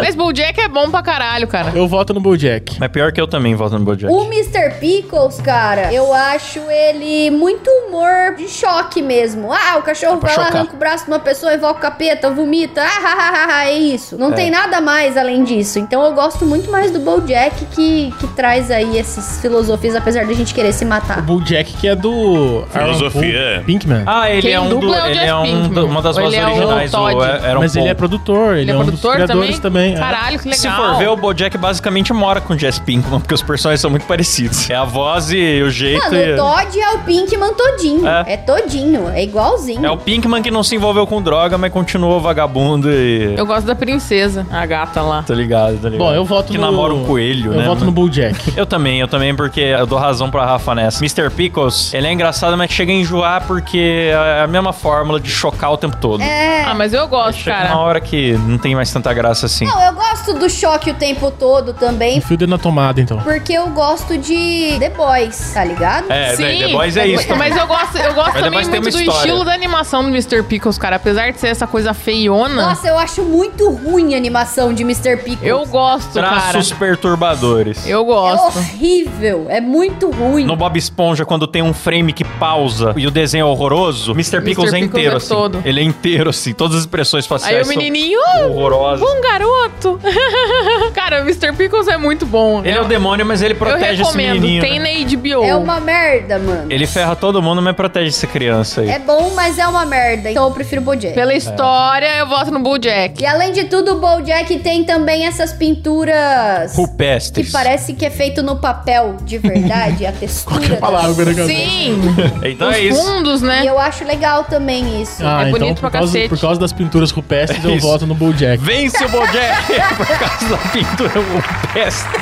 C: Mas Bojack é bom pra caralho, cara.
B: Eu voto no Bojack.
A: Mas pior que eu também voto no Bojack.
D: O Mr. Pickles, cara, eu acho ele muito humor de choque mesmo. Ah, o cachorro
A: pra
D: vai lá,
A: chocar.
D: arranca o braço de uma pessoa, invoca o capeta, vomita. Ah, ah, ah, ah, ah, é isso. Não tem nada mais além disso. Então eu gosto muito mais do Bojack que, que traz aí essas filosofias, apesar da gente querer se
B: O
D: matar.
B: Bojack que é do...
G: Filosofia.
B: Aaron Paul, Pinkman.
A: Ah, ele
C: Quem
A: é um, do,
C: dubla é o
A: ele
C: Jeff
A: é um
C: Pinkman.
A: do- uma das
C: Ou
A: vozes
C: ele é o
A: originais do
C: Todd.
A: é- era um
B: Mas ele é
A: pouco.
B: produtor, ele,
C: Ele
B: é,
C: é
B: um dos
C: produtor
B: criadores
C: também?
B: também. é.
C: Caralho, que legal.
A: Se for ver, o Bojack basicamente mora com o Jess Pinkman, porque os personagens são muito parecidos. É a voz e o jeito.
D: Mano,
A: e-
D: o Todd é o Pinkman todinho.
A: É.
D: É, todinho, é igualzinho.
A: É o Pinkman que não se envolveu com droga, mas continuou vagabundo e...
C: Eu gosto da princesa, a gata lá.
A: Tô ligado, tá ligado.
B: Bom, eu voto
A: Que
B: no...
A: namora um coelho,
B: eu
A: né?
B: voto no Bojack.
A: Eu também, eu também, porque eu dou razão pra Rafa nessa. Mr. Pickles, ele é engraçado, mas chega a enjoar porque é a mesma fórmula de chocar o tempo todo. É,
C: Ah, mas eu gosto,
A: chega uma
C: cara.
A: hora que não tem mais tanta graça assim.
D: Não, eu gosto do choque o tempo todo também,
B: Enfio o dedo na tomada, então.
D: porque eu gosto de The Boys, tá ligado?
A: É, velho, The Boys é isso.
C: Mas eu gosto, eu gosto
A: Mas The
C: também
A: Boys tem
C: muito
A: uma
C: do
A: história.
C: estilo da animação do Mr. Pickles, cara. Apesar de ser essa coisa feiona,
D: Nossa, eu acho muito ruim a animação de Mr. Pickles.
C: eu gosto, cara.
A: Traços perturbadores.
C: Eu
D: É
C: gosto.
D: horrível, é muito ruim.
A: No Bob Esponja, quando tem um frame que pausa e o desenho é horroroso, Mr. Pickles é
C: Pickles
A: inteiro
C: é
A: assim.
C: todo.
A: Ele é inteiro assim, todas as expressões faciais
C: Aí o
A: são
C: menininho, oh,
A: horrorosas.
C: bom garoto. cara, o Mr. Pickles é muito bom.
A: Ele é o demônio, mas ele
C: eu
A: protege esse
C: recomendo.
A: menininho.
C: Tem
A: né?
C: na HBO.
D: É uma merda, mano.
A: Ele ferra todo mundo, mas protege essa criança aí.
D: É bom, mas é uma merda. Então eu prefiro o Bojack.
C: Pela história, eu voto no Bojack.
D: E além de tudo, o Bojack tem também essas pinturas que
A: Rupestres.
D: parece que é feito no papel de verdade, é a textura.
B: Qualquer palavra, né, cara?
C: Sim,
A: Então
C: os
A: é isso.
C: fundos,
D: E
C: né?
D: eu acho legal também isso.
B: Ah,
C: É bonito
B: então, por
C: pra
B: causa,
C: cacete.
B: por causa das pinturas rupestres,
A: É
B: eu
A: isso.
B: voto no Bojack.
A: Vence o Bojack por causa da pintura rupestre.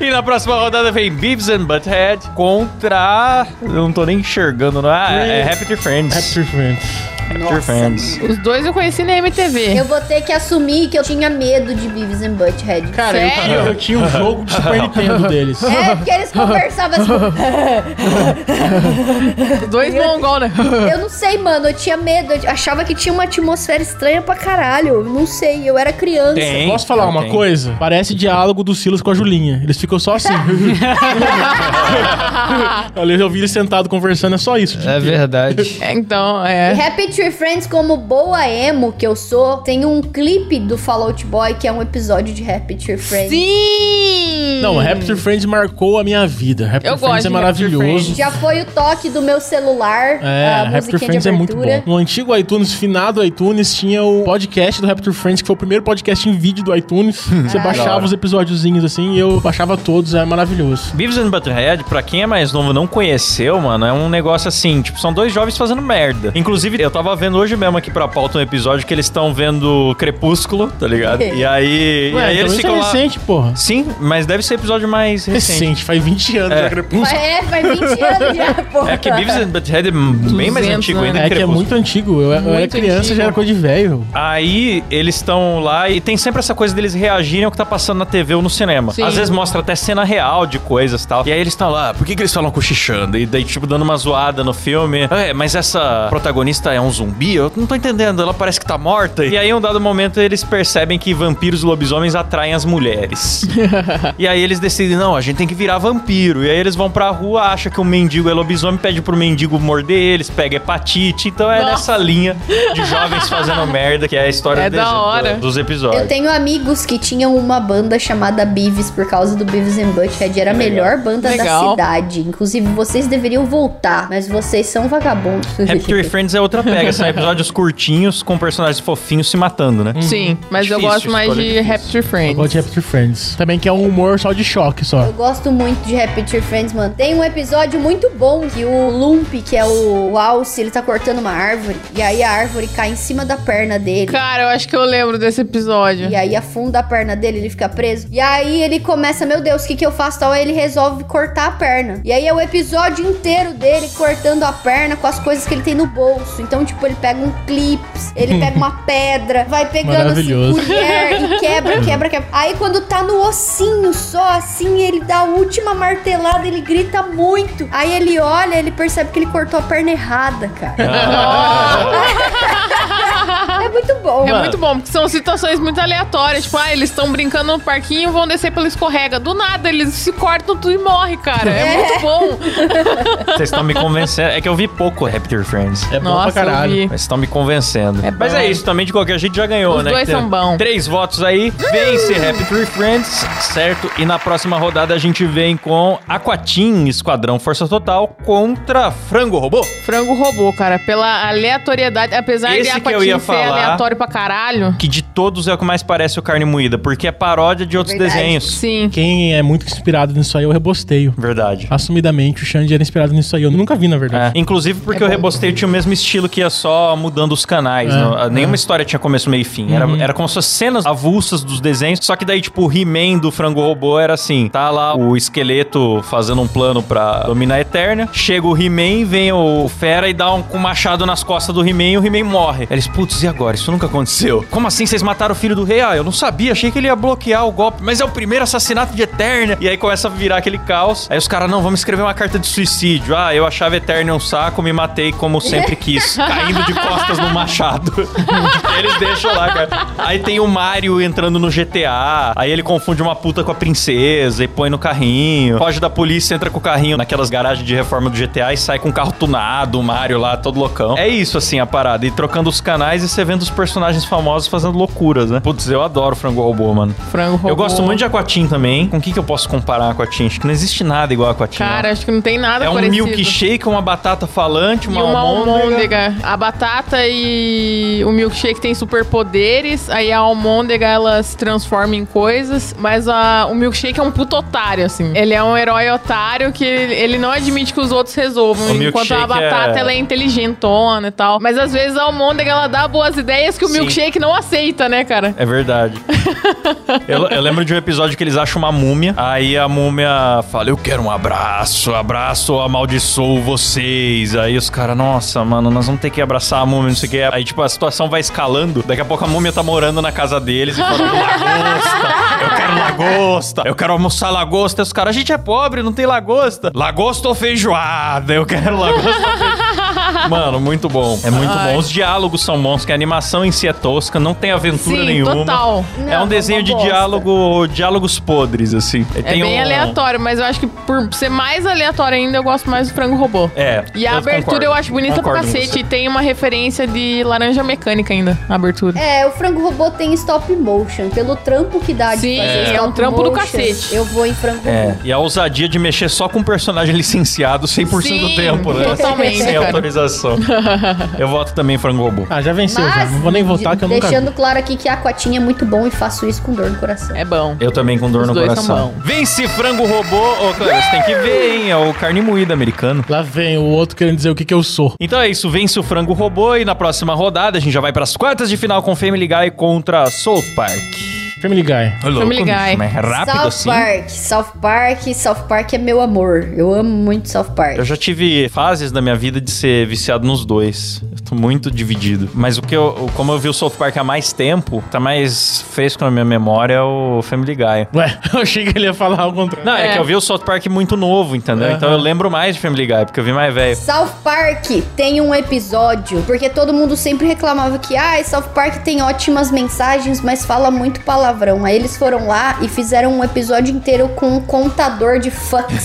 A: e na próxima rodada vem Beavis and Butthead contra... eu Não tô nem enxergando, não é? É Happy Tree Friends. Happy
B: Happy Friends.
A: Tree Friends.
C: Os dois eu conheci na MTV.
D: Eu vou ter que assumir que eu tinha medo de Beavis and Butthead.
B: Cara, eu
C: Sério?
B: tinha, eu tinha um jogo de Super Nintendo deles.
D: É, porque eles conversavam assim.
C: Os dois mongol, né?
D: Eu não sei, mano. Eu tinha medo. Eu achava que tinha uma atmosfera estranha pra caralho. Eu não sei. Eu era criança.
A: Tem.
B: Posso falar uma
A: Tem.
B: coisa? Parece diálogo do Silas com a Julinha. Eles ficam só assim. Olha, eu vi eles sentados conversando, é só isso.
E: É verdade.
C: então,
D: E
C: é.
D: Happy Tree Friends, como boa emo que eu sou, tem um clipe do Fallout Boy que é um episódio de Happy Tree Friends.
C: Sim!
B: Não,
A: é
B: Raptor Friends marcou a minha vida. Raptor
C: Hum. Eu
B: Friends
C: gosto
B: é
C: de Raptor
B: maravilhoso.
C: Friends.
D: Já foi o toque do meu celular,
B: É,
D: a
B: Raptor
D: musiquinha
B: Friends
D: de
B: é muito
D: abertura.
B: bom. No antigo iTunes, finado iTunes, tinha o podcast do Raptor Friends, que foi o primeiro podcast em vídeo do iTunes. Você
C: Ah,
B: baixava os episódiozinhos assim e eu baixava todos, é maravilhoso.
A: Beavis and Butthead, pra quem é mais novo e não conheceu, mano, é um negócio assim, tipo, são dois jovens fazendo merda. Inclusive, eu tava vendo hoje mesmo aqui pra pauta um episódio que eles estão vendo Crepúsculo, tá ligado? E aí, e
B: Ué,
A: aí
B: então
A: eles
B: isso
A: ficam
B: é
A: lá...
B: recente, porra.
A: Sim, mas deve ser episódio mais
C: É
A: recente.
B: Recente, faz 20 anos
A: É.
B: já Crepúsculo.
D: Mas É, faz 20 anos já, pô.
A: É que Beavis and Butthead é bem mais
C: 200
A: antigo ainda
B: É que é
A: Crepúsculo.
B: muito antigo. Eu, eu era
C: Muito
B: criança,
C: antigo.
B: já era coisa de velho.
A: Aí eles estão lá e tem sempre essa coisa deles reagirem ao que tá passando na TV ou no cinema.
C: Sim.
A: Às vezes mostra até cena real de coisas e tal. E aí eles estão lá, por que, que eles falam cochichando? E daí, tipo, dando uma zoada no filme. É, mas essa protagonista é um zumbi? Eu não tô entendendo, ela parece que tá morta. E aí, em um dado momento, eles percebem que vampiros e lobisomens atraem as mulheres. e aí eles decidem, não, a gente tem que virar vampiro. E aí eles vão pra rua, acham que um mendigo é lobisomem, pede pro mendigo morder eles, pega hepatite. Então é nessa linha de jovens fazendo merda, que é a história
C: É da
A: do-
C: hora.
A: dos episódios.
D: Eu tenho amigos que tinham uma banda chamada Beavis por causa do Beavis and Butthead. Era a melhor banda da
C: Legal.
D: cidade. Inclusive, vocês deveriam voltar, mas vocês são vagabundos.
A: Happy Tree Friends é outra pega, são episódios curtinhos com personagens fofinhos se matando, né?
C: Sim, mas eu
A: Difícil,
C: gosto mais
A: escolha
C: de
A: difícil.
C: Rapture
B: Eu gosto
C: Friends.
B: de Raptor Friends. Também que é um humor só de choque,
D: Eu
B: só.
D: gosto muito de Repetir Friends, mano. Tem um episódio muito bom que o Lump, que é o, o Alce, ele tá cortando uma árvore. E aí a árvore cai em cima da perna dele.
C: Cara, eu acho que eu lembro desse episódio.
D: E aí afunda a perna dele, ele fica preso. E aí ele começa, meu Deus, o que, que eu faço? Tal, aí ele resolve cortar a perna. E aí é o episódio inteiro dele cortando a perna com as coisas que ele tem no bolso. Então, tipo, ele pega um clips, ele pega uma pedra, vai pegando assim,
B: Maravilhoso.
D: colher e quebra, quebra, quebra. Aí quando tá no ossinho só, assim, ele dá a última martelada, ele grita muito. Aí ele olha, ele percebe que ele cortou a perna errada, cara. é muito bom.
C: É
A: Mano.
C: muito bom, porque são situações muito aleatórias. Tipo, ah, eles estão brincando no parquinho vão descer pela escorrega. Do nada, eles se cortam tudo e morre, cara. É, muito bom.
A: Vocês estão me convencendo. É que eu vi pouco Raptor Friends.
B: É
C: Nossa, eu vi.
A: Mas estão me convencendo. Mas é isso, também de qualquer jeito já ganhou,
C: Os
A: né?
C: dois
A: Tem
C: são bons.
A: Três votos aí. Vence Raptor Friends, certo? E na próxima rodada a gente vem com Aquatim, Esquadrão Força Total, contra Frango Robô.
C: Frango robô, cara. Pela aleatoriedade, apesar
A: Esse
C: de
A: que
C: Aquatim
A: eu ia
C: ser
A: falar.
C: aleatório pra caralho.
A: Que de todos é o que mais parece o Carne Moída, porque é paródia de outros
D: Verdade.
A: desenhos.
C: Sim.
B: Quem é muito inspirado nisso aí é o Rebosteio.
A: Verdade.
B: Assumidamente, o Xande era inspirado nisso aí. Eu nunca vi, na
A: É.
B: verdade.
A: Inclusive porque
C: É
A: o
C: bom.
A: Rebosteio tinha o mesmo estilo que ia só mudando os canais.
B: É, Uhum.
A: não- a- nenhuma
B: é.
A: história tinha começo, meio e fim. Era, era como se fossem cenas avulsas dos desenhos. Só que daí, tipo, o He-Man do Frango Robô era assim: tá lá o esqueleto fazendo um plano pra dominar a Eterna. Chega o He-Man, vem o Fera e dá um com o machado nas costas do He-Man e o He-Man morre. Eles, putz, e agora? Isso nunca aconteceu. Como assim vocês mataram o filho do rei? Ah, eu não sabia, achei que ele ia bloquear o golpe, mas é o primeiro assassinato de Eterna. E aí começa a virar aquele caos. Aí os caras, não, vamos escrever uma carta de suicídio. Ah, eu achava Eterna um saco, me matei como sempre quis, caindo de costas no machado. Eles deixam lá, cara. Aí tem o Mario entrando no GTA, aí ele confunde uma puta com a princesa e põe no carrinho. Foge da polícia, entra com o carrinho naquelas garagens de reforma do GTA e sai com um carro tunado, o Mario lá, todo loucão. É isso, assim, a parada. E trocando os canais e você vendo os personagens famosos fazendo loucuras, né? Putz, eu adoro frango robô, mano.
C: Frango robô.
A: Eu gosto muito de Aquatim também. Com o que, que eu posso comparar a Aquatim? Acho que não existe nada igual a Aquatim.
C: Cara,
A: não.
C: acho que não tem nada
A: é um
C: parecido.
A: milkshake, uma batata falante,
C: E
A: uma,
C: uma
A: almôndega.
C: almôndega. A batata e o milkshake tem superpoderes. Aí a almôndega ela se transforma em coisas. Mas a- o milkshake é um puto otário, assim. Ele é um herói otário que ele não admite que os outros resolvam.
A: O
C: enquanto a
A: milkshake
C: batata
A: é-
C: ela é inteligentona e tal. Mas às vezes a almôndega ela dá boas ideias que o
A: Sim.
C: milkshake não aceita, né, cara?
A: É verdade. eu, eu lembro de um episódio que eles acham uma múmia. Aí a múmia fala: Eu quero um abraço, abraço, eu amaldiçoo vocês. Aí os caras, nossa, mano, nós vamos ter que abraçar a múmia, não sei o que. Aí, tipo, a situação vai escalando. Daqui a pouco a múmia tá morando na casa deles e falando: Lagosta, eu quero lagosta, eu quero almoçar lagosta. Aí os caras, a gente é pobre, não tem lagosta. Lagosta ou feijoada? Eu quero lagosta ou feijoada. Mano, muito bom. É muito
C: Ai.
A: bom. Os diálogos são bons, que a animação em si é tosca, não tem aventura
C: Sim,
A: nenhuma.
C: total.
A: é
D: Não,
A: um desenho
D: uma
A: de
D: bosta.
A: diálogo, diálogos podres, assim.
C: É bem aleatório, mas eu acho que por ser mais aleatório ainda, eu gosto mais do frango robô.
A: É.
C: E a abertura eu acho bonita
A: para
C: pra cacete. E tem uma referência de laranja mecânica ainda, a abertura.
D: É, o frango robô tem stop motion. Pelo trampo que dá de
C: Sim,
D: fazer
C: é
D: stop
C: um trampo do
D: motion,
C: cacete.
D: Eu vou em frango
A: É,
D: robô.
A: e a ousadia de mexer só com um personagem licenciado 100% do
C: Sim,
A: tempo, né?
C: totalmente,
A: Sem
C: cara.
A: autorização. Eu voto também em frango robô.
B: Ah, já venceu, já. Não vou nem votar, que eu nunca vi.
D: deixando claro aqui que a aquatinha é muito bom e faço isso com dor no coração.
C: É bom.
A: Eu também com dor
C: Os
A: no
C: dois
A: coração.
C: são bons.
A: Vence frango robô. Ô, Clara, você tem que ver, hein? É o carne moída americano.
B: Lá vem o outro querendo dizer o que, que eu sou.
A: Então é isso, vence o frango robô e na próxima rodada a gente já vai pras quartas de final com Family Guy contra South Park.
B: Family Guy.
A: É louco,
C: Family Guy.
A: bicho, mas é rápido
D: South
A: assim.
D: Park, South Park, South Park é meu amor. Eu amo muito South Park.
A: Eu já tive fases da minha vida de ser viciado nos dois. Eu tô muito dividido. Mas o que eu, como eu vi o South Park há mais tempo, tá mais fresco na minha memória é o Family Guy.
B: Ué, eu achei que ele ia falar ao contrário.
A: Não, é,
C: É.
A: que eu vi o South Park muito novo, entendeu?
B: Aham.
A: Então eu lembro mais de Family Guy, porque eu vi mais velho.
D: South Park tem um episódio, porque todo mundo sempre reclamava que ah, South Park tem ótimas mensagens, mas fala muito palavrão. Aí eles foram lá e fizeram um episódio inteiro com um contador de fucks.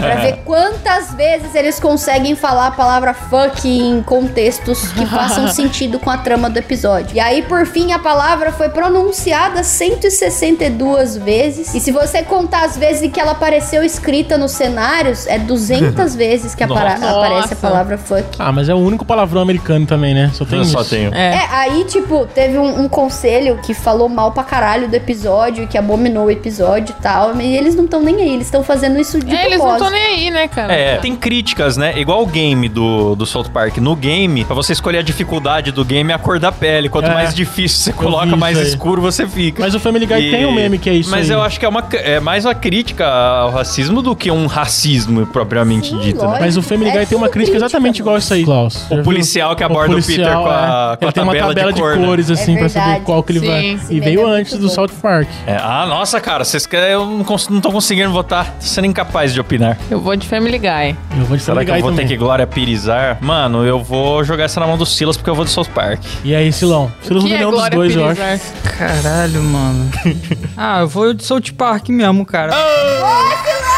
D: pra ver quantas vezes eles conseguem falar a palavra fuck em contextos que façam sentido com a trama do episódio. E aí, por fim, a palavra foi pronunciada 162 vezes. E se você contar as vezes em que ela apareceu escrita nos cenários, é 200 vezes que a
A: Nossa.
D: para- aparece
C: Nossa.
D: a palavra fuck.
B: Ah, mas é o único palavrão americano também, né? Só tem
A: eu
B: isso.
A: só tenho.
D: É, aí, tipo, teve um, um conselho que falou mal pra caralho do episódio, que abominou o episódio e tal. E eles não estão nem aí, eles estão fazendo isso de
C: É, eles não
D: propósito.
C: estão nem aí, né, cara?
A: É, tem críticas, né? Igual o game do, do South Park. No game, pra você escolher a dificuldade do game, é a cor da pele. Quanto
B: É.
A: mais difícil você
B: vi
A: coloca,
B: isso
A: mais
B: aí.
A: escuro você fica.
B: Mas o Family Guy tem um meme que é isso
A: Mas
B: aí.
A: eu acho que é, uma, é mais uma crítica ao racismo do que um racismo propriamente
D: Sim,
A: dito, né?
D: lógico.
B: Mas o Family Guy
D: É
B: tem uma
D: tudo
B: crítica
D: crítica,
B: exatamente
D: mano.
B: igual isso aí, Klaus. Já
A: O
B: viu?
A: policial que
B: O
A: aborda o, Peter
B: policial,
A: com a,
B: é.
A: com a
B: Ele tem uma
A: tabela,
B: tabela
A: de,
B: de,
A: cor, né?
B: cores, assim, pra saber
D: É verdade,
B: qual que ele
C: sim.
B: vai.
D: Esse
B: E veio
D: meme é
B: antes
D: muito
B: do
D: bom.
B: South Park.
A: É, ah, nossa, cara, vocês que- eu não, cons- não tô conseguindo votar, tô sendo incapaz de opinar.
C: Eu vou de Family Guy.
B: Eu vou de
A: Será
B: Family
A: que eu
B: Guy
A: vou
B: também.
A: ter que Glória Pirizar? Mano, eu vou jogar essa na mão do Silas porque eu vou do South Park.
B: E aí, Silão? Silas não
C: que
B: é nenhum dos dois, eu acho.
D: né?
C: Pirizar?
E: Caralho, mano. ah, eu vou de South Park mesmo, cara.
A: Ah.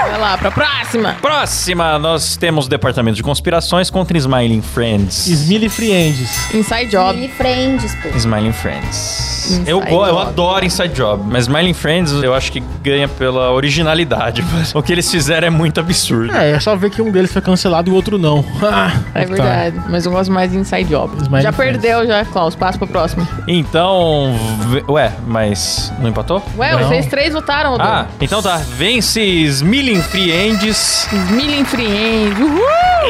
C: Vai lá, pra próxima.
A: Próxima, nós temos o Departamento de Conspirações contra Smiling Friends.
B: Smiley Friends.
C: Inside Job.
D: Mini Friends, pô.
A: Smiling Friends.
C: Inside
A: eu, go- eu
C: Job.
A: adoro Inside Job, mas Smiling Friends eu acho que ganha pela originalidade. mas O que eles fizeram é muito absurdo.
B: É, é só ver que um deles foi cancelado e o outro não. Ah,
C: É verdade. Mas eu gosto mais de Inside Job.
B: Smiley
C: já
B: Friends.
C: perdeu, já, Klaus. Passa pro próximo.
A: Então. v- Ué, mas não empatou?
C: Ué,
B: Não.
C: vocês três votaram, Odô.
A: Ah, então tá. Vence Smiling Friends.
C: Milling Friend. Uhul!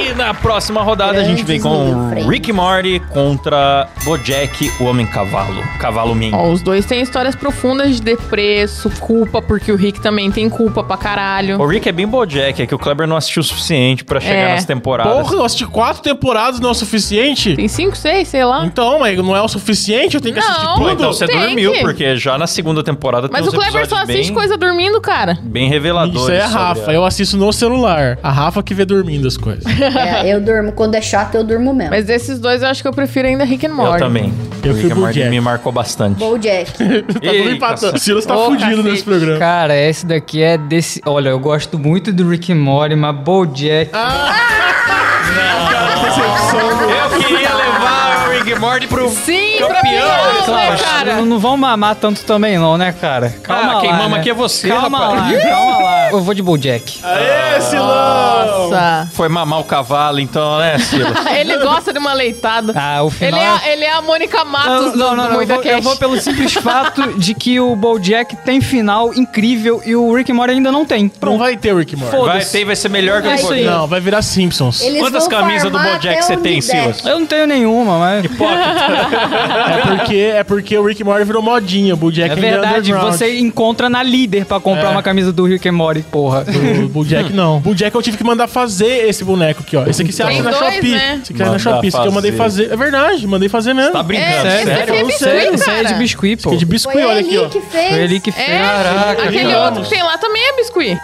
A: E na próxima rodada a gente vem
D: Grandes
A: com
D: Smiling Friends.
A: Rick Morty contra Bojack, o Homem Cavalo. Cavalo Min.
C: Ó, os dois têm histórias profundas de depresso, culpa, porque o Rick também tem culpa pra caralho.
A: O Rick é bem Bojack, é que o Kleber não assistiu o suficiente pra chegar
C: É.
A: nas temporadas.
B: Porra, eu assisti quatro temporadas, não é o suficiente?
C: Tem cinco, seis, sei lá.
B: Então, mas não é o suficiente, eu tenho que
C: Não.
B: assistir
A: Pô,
B: tudo.
A: então
E: é
A: você
C: Tem
A: dormiu,
C: que-
A: porque já na segunda temporada
C: Mas
A: tem
C: o
A: uns
C: Kleber só
A: episódios
C: assiste
A: bem,
C: coisa dormindo, cara.
A: bem reveladores.
B: Isso aí é
A: sobre
B: Rafa,
A: a-
B: eu assisto no celular. A Rafa que vê dormindo as coisas. Tá
D: É, eu durmo. Quando é chato, eu durmo mesmo.
C: Mas desses dois eu acho que eu prefiro ainda Rick and
A: Eu
C: Morty.
A: também.
B: Eu
A: Rick
B: fui
A: and Morty
B: Bojack.
A: me marcou bastante.
D: Bojack.
B: tá
A: Ei,
B: tudo empatando.
A: cacete.
B: Silas tá
C: Ô,
B: fudido
C: cacete.
B: nesse programa.
E: Cara, esse daqui é desse. Olha, eu gosto muito do Rick and Morty, mas Bojack.
A: Ah, Eu queria levar o Rick and Morty pro
C: Sim, pra
A: campeão.
C: pior, né,
E: Claro,
C: cara?
E: não, não vão mamar tanto também, não, né, cara? Calma
A: Cara, Ah, quem
E: lá,
A: mama
E: né?
A: aqui é você,
E: Calma
A: rapaz.
E: lá, calma lá. Eu vou de Bojack.
B: Aê, Silão!
C: Nossa.
A: Foi mamar o cavalo, então, né, Silas?
C: Ele gosta de uma leitada.
E: Ah, o
C: ele,
E: final...
C: é, a- ele é a Mônica Matos
E: Não, não,
C: do,
E: não,
C: do
E: não, eu,
C: Moída
E: vou, eu
C: Cast.
E: vou pelo simples fato de que o BoJack tem final incrível e o Rick and Morty ainda não tem.
B: Não
E: Pronto.
B: vai ter Rick Morty.
A: Vai
E: Foda-se.
A: ter, vai ser melhor que
E: É
A: o
E: isso aí.
A: Bojack.
B: Não, vai virar Simpsons.
D: Eles
A: Quantas
D: vão
A: camisas do
D: farmar
A: Bojack
D: até
A: você
D: onde
A: tem,
D: der.
A: Silas?
E: Eu não tenho nenhuma, mas...
B: É porque, é porque o Rick Morty virou modinha, o Bojack
E: É
B: ainda
E: verdade,
B: underground.
E: você encontra na líder pra
B: É.
E: comprar uma camisa do Rick and Morty, porra.
B: O Bojack não. O Bojack eu tive que mandar fazer esse boneco aqui, ó. Esse aqui você
C: Tem
B: acha na
C: dois,
B: Shopee.
C: né?
B: Esse aqui acha na
A: Mandar
B: Shopee, esse aqui eu mandei
A: fazer.
B: fazer. É verdade, mandei fazer mesmo.
A: Tá brincando,
C: É, esse
A: sério?
C: aqui é
B: Sério?
C: biscuit,
B: Sério?
E: Isso aí é de
C: cara.
E: biscuit, pô.
B: Que de biscuit,
D: Foi a
B: olha
D: Eli
B: aqui, ó.
D: que fez.
E: Foi ele que fez.
C: É,
A: Caraca,
C: aquele
B: vamos.
C: outro que tem lá também é biscuit.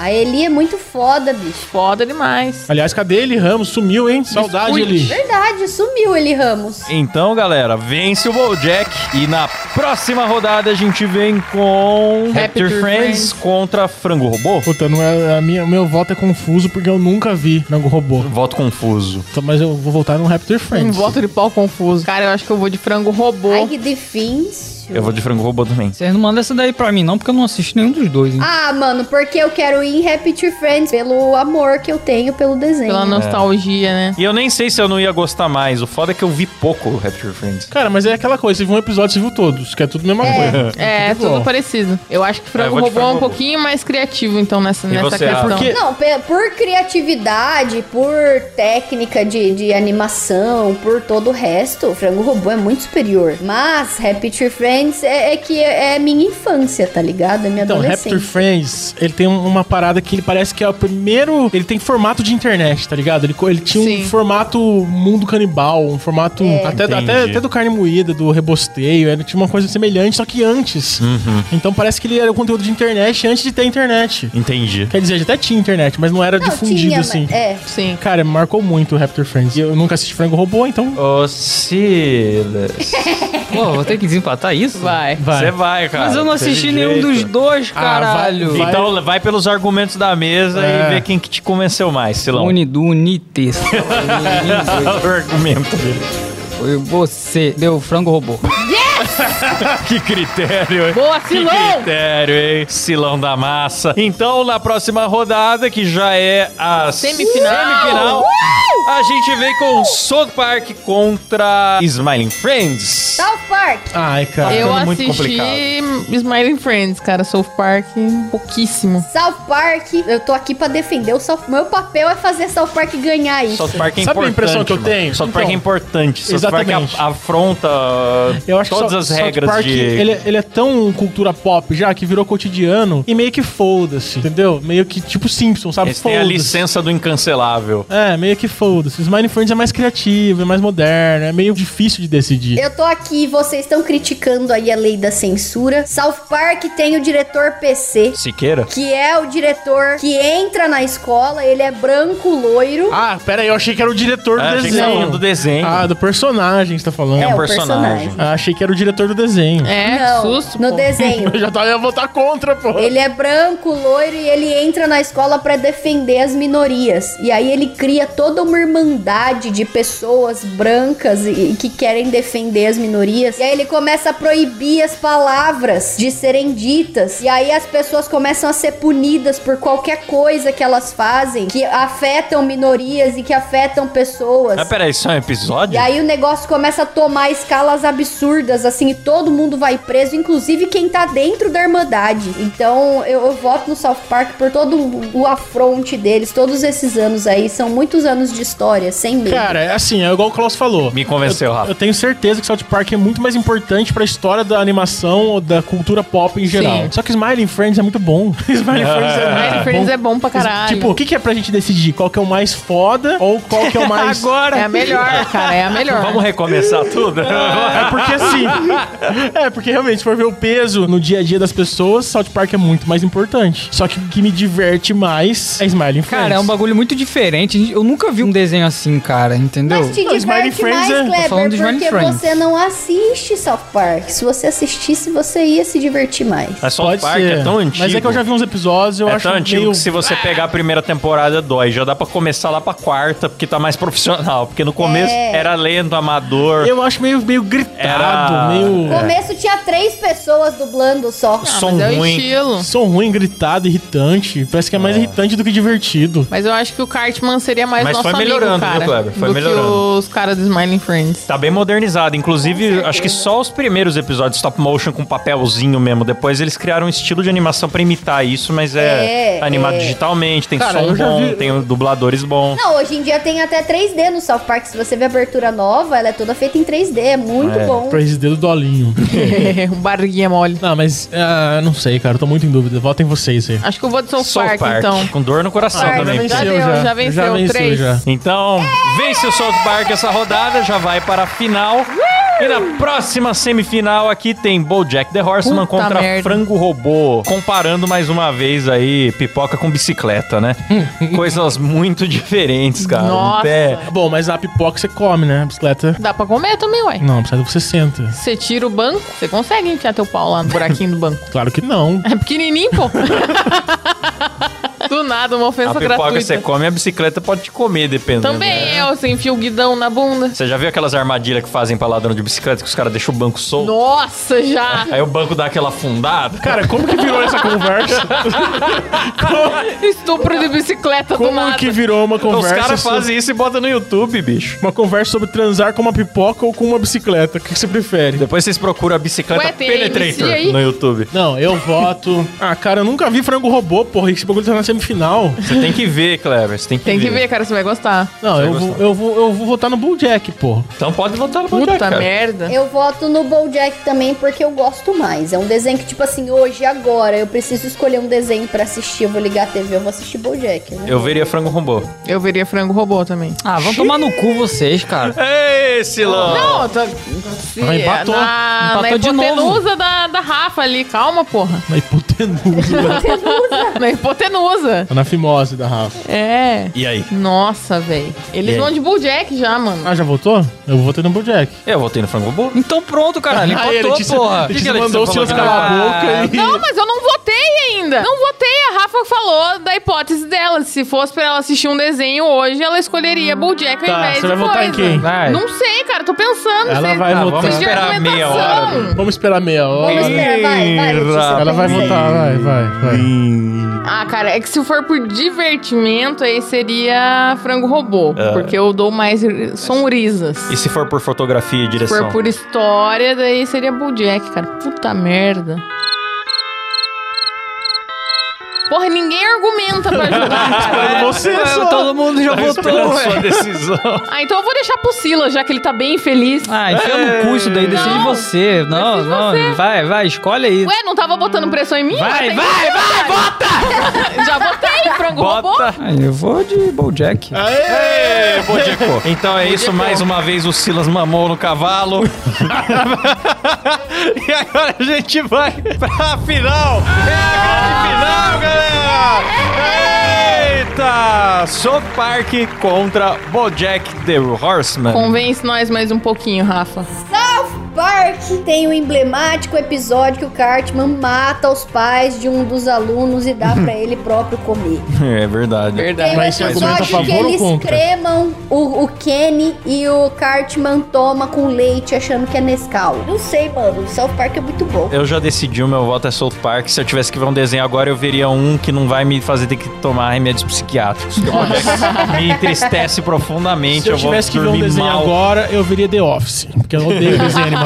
D: A Eli é muito foda, bicho.
C: Foda demais.
B: Aliás, cadê ele, Ramos? Sumiu, hein? Saudade, Eli.
D: Verdade, sumiu Eli Ramos.
A: Então, galera, vence o Bojack e na próxima rodada a gente vem com
C: Raptor
A: Raptor Friends,
C: Friends.
A: contra Frango Robô.
B: Puta, não é, a minha, meu voto é confuso porque eu nunca vi Frango Robô.
A: Voto confuso.
B: Então, mas eu vou voltar no Raptor Friends.
C: Um voto de pau confuso. Cara, eu acho que eu vou de frango robô.
D: Ai, que difícil.
A: Eu vou de Frango Robô também.
E: Vocês não mandam essa daí pra mim, não, porque eu não assisto nenhum dos dois, hein?
D: Ah, mano, porque eu quero ir em Repeat Friends pelo amor que eu tenho pelo desenho.
C: Pela nostalgia, né?
A: E eu nem sei se eu não ia gostar mais. O foda é que eu vi pouco o Rapture Friends.
B: Cara, mas é aquela coisa, você viu um episódio, você viu todos, que é tudo a mesma coisa.
C: É,
B: Tudo bom.
C: tudo parecido. Eu acho
A: É,
C: que
A: eu
C: frango
A: vou de
C: robô é um
A: frango robô.
C: pouquinho mais criativo, então, nessa, nessa
A: você,
C: questão.
A: Rafa?
B: Porque-
D: Não, pe- por criatividade, por técnica de, de animação, por todo o resto, o Frango Robô é muito superior. Mas Rapture Friends é, é que é, é minha infância, tá ligado? É minha
B: Então, Raptor
D: adolescência.
B: Friends, ele tem um- uma parada que ele parece que é o primeiro. Ele tem formato de internet, tá ligado? Ele, co- ele tinha
C: Sim.
B: um formato mundo canibal, um formato. Até,
A: Entendi.
B: até, até do carne moída, do rebosteio. Ele tinha uma coisa semelhante, só que antes. Então parece que ele era o conteúdo de internet antes de ter internet.
A: Entendi.
B: Quer dizer, até tinha internet, mas não era
D: Não,
B: difundido
D: tinha, mas-
B: assim.
D: É.
C: Sim.
B: Cara, marcou muito o Raptor Friends. E eu nunca assisti Frango Robô, então.
A: Ô, Silas.
E: Pô, vou ter que desempatar isso?
C: Vai.
A: Você vai, cara.
E: Mas eu não
A: Não teve
E: assisti nenhum
A: jeito.
E: dos dois,
B: Ah, vai-
E: caralho.
B: vai-
A: Então vai pelos argumentos da mesa
B: É.
A: e vê quem que te convenceu mais, Silão.
E: Une do Unites.
A: o argumento dele.
E: Foi você. Deu frango robô.
A: que critério, hein?
C: Boa,
A: Que
C: Silão!
A: critério, hein? Silão da massa. Então, na próxima rodada, que já é a
C: Semifinal.
A: semifinal, A gente vem com South Park contra Smiling Friends.
C: Tá
D: South Park!
B: Ai, cara.
C: Eu
A: ficando Ah, muito
C: assisti
A: complicado.
C: Smiling Friends, cara. South Park, pouquíssimo.
D: South Park, eu tô aqui pra defender o South Meu papel é fazer South Park ganhar isso.
A: South Park é importante.
B: Sabe a impressão que eu
A: mano.
B: tenho?
A: South Park é
B: Então,
A: importante. South
B: exatamente.
A: Park a- afronta
B: Eu acho
A: todas
B: que Sou-
A: as
B: South
A: regras
B: Park,
A: de...
B: Ele, ele é tão cultura pop já que virou cotidiano e meio que foda-se, entendeu? Meio que tipo Simpson, sabe?
A: Eles têm a licença do incancelável.
B: É, meio que foda-se. Smiley Friends é mais criativo, é mais moderno, é meio difícil de decidir.
D: Eu tô aqui, vocês estão criticando aí a lei da censura. South Park tem o diretor PC,
A: Siqueira?
D: que é o diretor que entra na escola, ele é branco, loiro.
B: Ah, pera aí, eu achei que era o diretor
A: É,
B: do
A: achei que você tava
B: desenho.
A: falando do desenho.
B: Ah, do personagem você tá falando.
A: é um
D: o
A: personagem.
B: Ah, achei que era o diretor do desenho.
C: É, que
D: Não,
C: susto.
D: no
C: pô.
D: desenho.
B: Eu já tava ia votar contra, pô.
D: Ele é branco, loiro e ele entra na escola pra defender as minorias. E aí ele cria toda uma irmandade de pessoas brancas e, e que querem defender as minorias. E aí ele começa a proibir as palavras de serem ditas. E aí as pessoas começam a ser punidas por qualquer coisa que elas fazem que afetam minorias e que afetam pessoas.
A: Ah, peraí, isso é um episódio?
D: E aí o negócio começa a tomar escalas absurdas, assim, e todo mundo vai preso, inclusive quem tá dentro da Irmandade. Então eu, eu voto no South Park por todo o, o afronte deles, todos esses anos aí. São muitos anos de história, sem medo.
B: Cara, é assim, é igual o Klaus falou.
A: Me convenceu,
B: eu,
E: Ah.
A: Rafa.
B: Eu tenho certeza que South Park é muito mais importante pra história da animação ou da cultura pop em geral. Só que Smiling Friends é muito bom. Smiling Friends é,
C: Smiling
A: Ah,
B: muito
C: Friends é bom pra caralho.
B: Tipo, o que, que é pra gente decidir? Qual que é o mais foda ou qual que é o mais...
A: Agora!
C: É a melhor, cara. É a melhor.
A: Vamos recomeçar tudo?
B: É porque assim. É, porque realmente, se for ver o peso no dia a dia das pessoas, South Park é muito mais importante. Só que o que me diverte mais é Smiling Friends.
E: Cara, é um bagulho muito diferente. Eu nunca vi um desenho assim, cara, entendeu?
D: Mas te
B: Não, Smiling
D: diverte
B: Friends
D: mais,
B: é- tô
D: Kleber,
E: falando de Smiling
D: porque
E: Friends.
D: você não assiste South Park. Se você assistisse, você ia se divertir mais.
A: Mas South Park é tão antigo.
B: Mas é que eu já vi uns episódios, eu
A: É
B: acho
A: tão antigo
B: meio...
A: que se você pegar a primeira temporada, dói. Já dá pra começar lá pra quarta, porque tá mais profissional. Porque no começo
D: É.
A: era lento, amador.
B: Eu acho meio, meio gritado,
A: Era-
B: meio...
D: No começo tinha três pessoas dublando só.
C: Ah,
A: som
C: mas é o
A: ruim.
C: estilo.
B: Som ruim, gritado, irritante. Parece que é mais irritante do que divertido.
C: Mas eu acho que o Cartman seria mais
A: Mas
C: nosso
A: foi
C: amigo,
A: melhorando, viu,
C: cara.
A: Kleber? Foi
C: do
A: melhorando.
C: que os caras do Smiling Friends.
A: Tá bem modernizado. Inclusive,
D: certeza.
A: acho que só os primeiros episódios stop motion com papelzinho mesmo. Depois eles criaram um estilo de animação pra imitar isso, mas é,
D: É,
A: animado
D: é.
A: digitalmente, tem
B: Cara,
A: som
B: eu já
A: bom,
B: vi-
A: tem dubladores bons.
D: Não, hoje em dia tem até 3D no South Park. Se você vê a abertura nova, ela é toda feita em 3D. É muito bom.
B: Pra esse dedo dolinho.
C: um barriguinha mole.
B: não, mas... ah, não sei, cara. Eu tô muito em dúvida. Votem vocês aí.
C: Acho que eu vou de South,
A: South
C: Park, então.
A: Com dor no coração
C: Park,
A: também.
C: já
A: porque-
C: deu, já venceu, três.
A: Então, vence o South Park essa rodada, já vai para a final. E na próxima semifinal aqui tem BoJack The Horseman
C: Puta
A: contra
C: merda.
A: Frango Robô. Comparando mais uma vez aí pipoca com bicicleta, né? Coisas muito diferentes, cara. Um
C: Nossa.
A: Até-
B: Tá Bom, mas a pipoca você come, né? A bicicleta...
C: Dá pra comer também, ué.
B: Não, precisa você senta.
C: Você tira o banco, você consegue enfiar teu pau lá no buraquinho do banco.
B: Claro que não.
C: É pequenininho, pô. do nada, uma
A: A
C: ofensa
A: pipoca
C: gratuita.
A: você come, a bicicleta pode te comer, dependendo.
C: Também
A: né?
C: é, você enfia o guidão na bunda.
A: Você já viu aquelas armadilhas que fazem pra ladrão de bicicleta que os caras deixam o banco solto?
C: Nossa, já.
A: Aí o banco dá aquela afundada?
B: Cara, como que virou essa conversa?
C: Estupro de bicicleta do
B: Como
C: nada.
B: que virou uma
A: Os
B: conversa?
A: caras
B: sobre-
A: fazem isso e botam no YouTube, bicho.
B: Uma conversa sobre transar com uma pipoca ou com uma bicicleta. O que que você prefere?
A: Depois vocês procuram a bicicleta
C: Ué, tem
A: Penetrator
C: MC aí?
A: no YouTube.
B: Não, eu voto. Ah, cara, eu nunca vi frango robô, porra. Esse bagulho tá na semifinal.
A: Você tem que ver, Clever. Você tem que
C: Tem
A: ver.
C: que ver, cara, você vai gostar.
B: Não,
A: Você
B: eu
A: vai
B: vou,
A: gostar.
B: eu, vou, eu vou votar no Bulljack, porra.
A: Então pode votar no
C: Puta
A: Bojack, cara.
C: merda.
D: Eu voto no BoJack também porque eu gosto mais. É um desenho que, tipo assim, hoje, agora, eu preciso escolher um desenho pra assistir. Eu vou ligar a TV, eu vou assistir BoJack, né?
A: Eu veria frango robô.
C: Eu veria frango robô também.
E: Ah, vão tomar no cu vocês, cara.
A: Ei, Silão!
C: Não, tá. Se,
B: Ah, empatou.
C: Na,
E: Empatou de
C: na hipotenusa da, da Rafa ali, calma, porra.
B: Na hipotenusa.
C: na hipotenusa.
B: Tá na fimose da Rafa.
C: É.
A: E aí?
C: Nossa, velho. Eles
A: aí?
C: vão de Bulljack já, mano.
B: Ah, já votou? Eu votei no Bulljack.
A: Eu votei no frango robô.
E: Então pronto, caralho.
B: Aí
E: Empatou, porra.
A: que
B: Letícia
A: que a Ah, Letícia
B: mandou
A: falou
B: o Silas
A: que
B: calar a
A: não?
B: boca e...
C: Não, mas eu não votei ainda. Não votei. A Rafa Rafa falou da hipótese dela. Se fosse pra ela assistir um desenho hoje, ela escolheria Bojack
B: Tá,
C: ao invés
B: você
C: de
B: vai votar em
C: coisa.
B: quem?
E: Vai.
C: Não sei, cara. Tô pensando.
B: Ela
C: vocês-
B: vai
C: Ah,
B: votar.
C: vocês de
A: Tá, Vamos esperar meia né?
C: argumentação.
B: Vamos esperar meia hora.
D: Vamos esperar, vai, vai, Letícia.
A: Ih,
B: Ela vai
D: pensa aí.
B: votar, Tá, vai, vai, vai.
C: Ah, cara, é que se for por divertimento, aí seria frango robô.
A: É.
C: Porque eu dou mais sonrisas.
A: E se for por fotografia e
C: Se
A: direção?
C: for por história, daí seria Bojack, cara. Puta merda. Porra, ninguém argumenta pra
A: Ah,
C: ajudar.
B: Você
E: É,
B: só.
E: Todo mundo já
A: Tá esperando
E: votou,
A: sua
E: velho.
A: decisão.
C: ah, então eu vou deixar pro Sila, já que ele tá bem feliz.
E: Ah, enfia
B: É.
E: no cu isso daí, decide
C: Não.
E: você. Não, não, vai, vai, escolhe aí.
C: Ué, não tava botando pressão em mim?
E: Vai,
C: Ué, tem-
E: vai, vai, bota!
C: Já botei, frango robô.
A: Bota.
E: Ah, eu vou de Bojack.
A: Ê, Bodeco. Então é isso, mais uma vez o Silas mamou no cavalo. e agora a gente vai pra final. É a grande final, galera. Eita! South Park contra Bojack the Horseman.
C: Convence nós mais um pouquinho, Rafa.
D: South Park tem o emblemático episódio que o Cartman mata os pais de um dos alunos e dá pra ele próprio comer.
A: É verdade.
D: Tem um
B: Mas esse argumento é a
D: episódio que
B: favor ou
D: eles
B: contra?
D: cremam o, o Kenny e o Cartman toma com leite achando que é Nescau. Não sei, mano. O South Park é muito bom.
A: Eu já decidi, o meu voto é South Park. Se eu tivesse que ver um desenho agora, eu veria um que não vai me fazer ter que tomar remédios psiquiátricos. porque o Bojack me entristece profundamente.
B: Se eu
A: vou
B: tivesse que ver um
A: dormir
B: desenho
A: mal.
B: agora, eu veria The Office. Porque eu odeio desenho animado.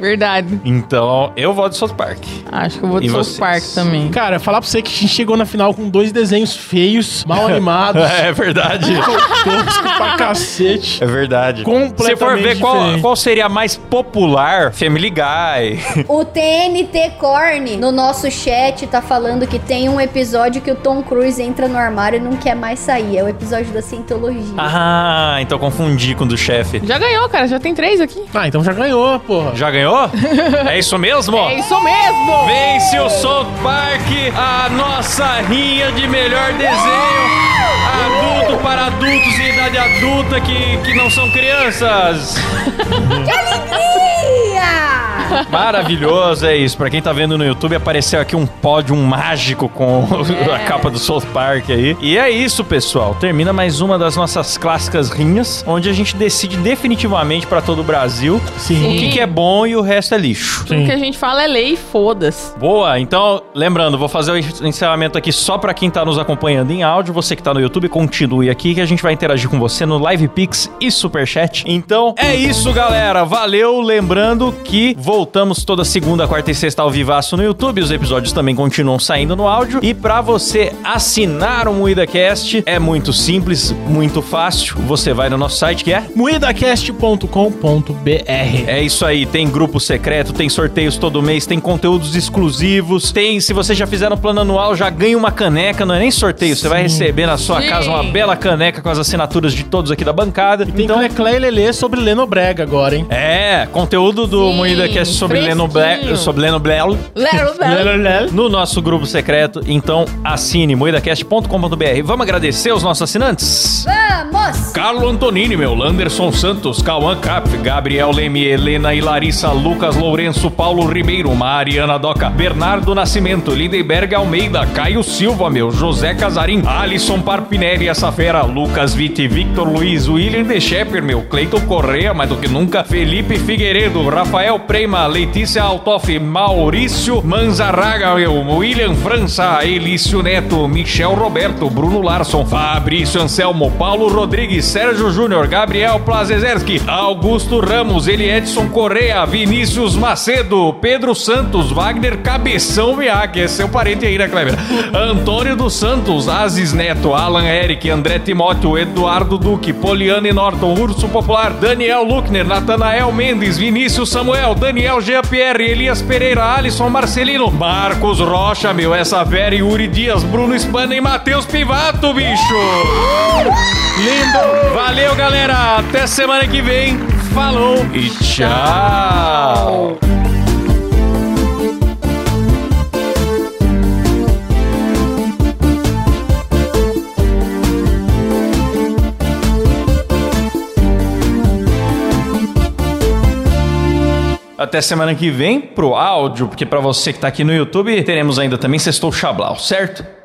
C: Verdade.
A: Então, eu voto South Park.
C: Acho que eu vou
A: E
C: de South
A: vocês?
C: Park também.
B: Cara, falar pra você que a gente chegou na final com dois desenhos feios, mal animados,
A: É verdade.
B: tosco pra cacete.
A: É verdade. Se for
B: Completamente
A: ver qual,
B: diferente.
A: qual seria a mais popular, Family Guy.
D: O TNT Corn no nosso chat tá falando que tem um episódio que o Tom Cruise entra no armário e não quer mais sair. É o episódio da Cientologia.
A: Ah, então confundi com o do chefe.
C: Já ganhou, cara. Já tem três aqui.
B: Ah, então já ganhou, porra.
A: Já ganhou? É isso mesmo?
C: É isso mesmo!
A: Vence o South Park, a nossa rinha de melhor desenho. Adulto para adultos e idade adulta que, que não são crianças.
D: Ia!
A: Maravilhoso, é isso. Pra quem tá vendo no YouTube, apareceu aqui um pódio mágico com a capa do South Park aí. E é isso, pessoal. Termina mais uma das nossas clássicas rinhas, onde a gente decide definitivamente pra todo o Brasil o
B: Sim.
A: que, que é bom e o resto é lixo.
C: Tudo que a gente fala é lei, foda-se.
A: Boa, então, lembrando, vou fazer o encerramento aqui só pra quem tá nos acompanhando em áudio, você que tá no YouTube, continue aqui que a gente vai interagir com você no Live Pix e Superchat. Então, é isso, galera. Valeu, lembrando que voltamos toda segunda, quarta e sexta ao vivaço no YouTube, os episódios também continuam saindo no áudio e pra você assinar o MoídaCast é muito simples, muito fácil. Você vai no nosso site que é
B: Moedacast.com.br.
A: é isso aí, tem grupo secreto, tem sorteios todo mês, tem conteúdos exclusivos, tem, se você já fizer um plano anual, já ganha uma caneca, não é nem sorteio, você vai receber na sua
C: Sim.
A: casa uma bela caneca com as assinaturas de todos aqui da bancada.
B: Tem
A: Então,
B: Cleclé e Lelê sobre Leno Brega agora, hein?
A: é, conteúdo do
C: Sim,
A: Moída que é sobre Leno Ble,
C: fresquinho.
A: sobre Leno Blel,
C: Lero, lero.
A: no nosso grupo secreto. Então, assine moidacast.com.br. Vamos agradecer os nossos assinantes?
D: Vamos!
A: Carlo Antonini, meu, Landerson Santos, Cauã Cap, Gabriel Leme, Helena e Larissa, Lucas Lourenço, Paulo Ribeiro, Mariana Doca, Bernardo Nascimento, Lindenberg Almeida, Caio Silva, meu, José Casarim, Alisson Parpinelli, essa fera, Lucas Vitti, Victor Luiz, William De Shepper, meu, Cleiton Correia, mais do que nunca, Felipe Figueiredo, Rafael Prema, Letícia Altoff, Maurício Manzarraga, meu, William França, Elício Neto, Michel Roberto, Bruno Larson, Fabrício Anselmo, Paulo Rodrigues, Sérgio Júnior, Gabriel Plazezerski, Augusto Ramos, Eli Edson Correa, Vinícius Macedo, Pedro Santos, Wagner Cabeção Miak, é seu parente aí, né, Kleber? Antônio dos Santos, Aziz Neto, Alan Eric, André Timóteo, Eduardo Duque, Poliane Norton, Urso Popular, Daniel Luckner, Natanael Mendes, Vinícius Samuel, Daniel Jean-Pierre, Elias Pereira, Alisson Marcelino, Marcos Rocha, meu, essa fera, e Yuri Dias, Bruno Spana e Matheus Pivato, bicho! Lindo! Valeu, galera! Até semana que vem. Falou e tchau. Até semana que vem pro áudio, porque pra você que tá aqui no YouTube, teremos ainda também Sextou Chablau, certo?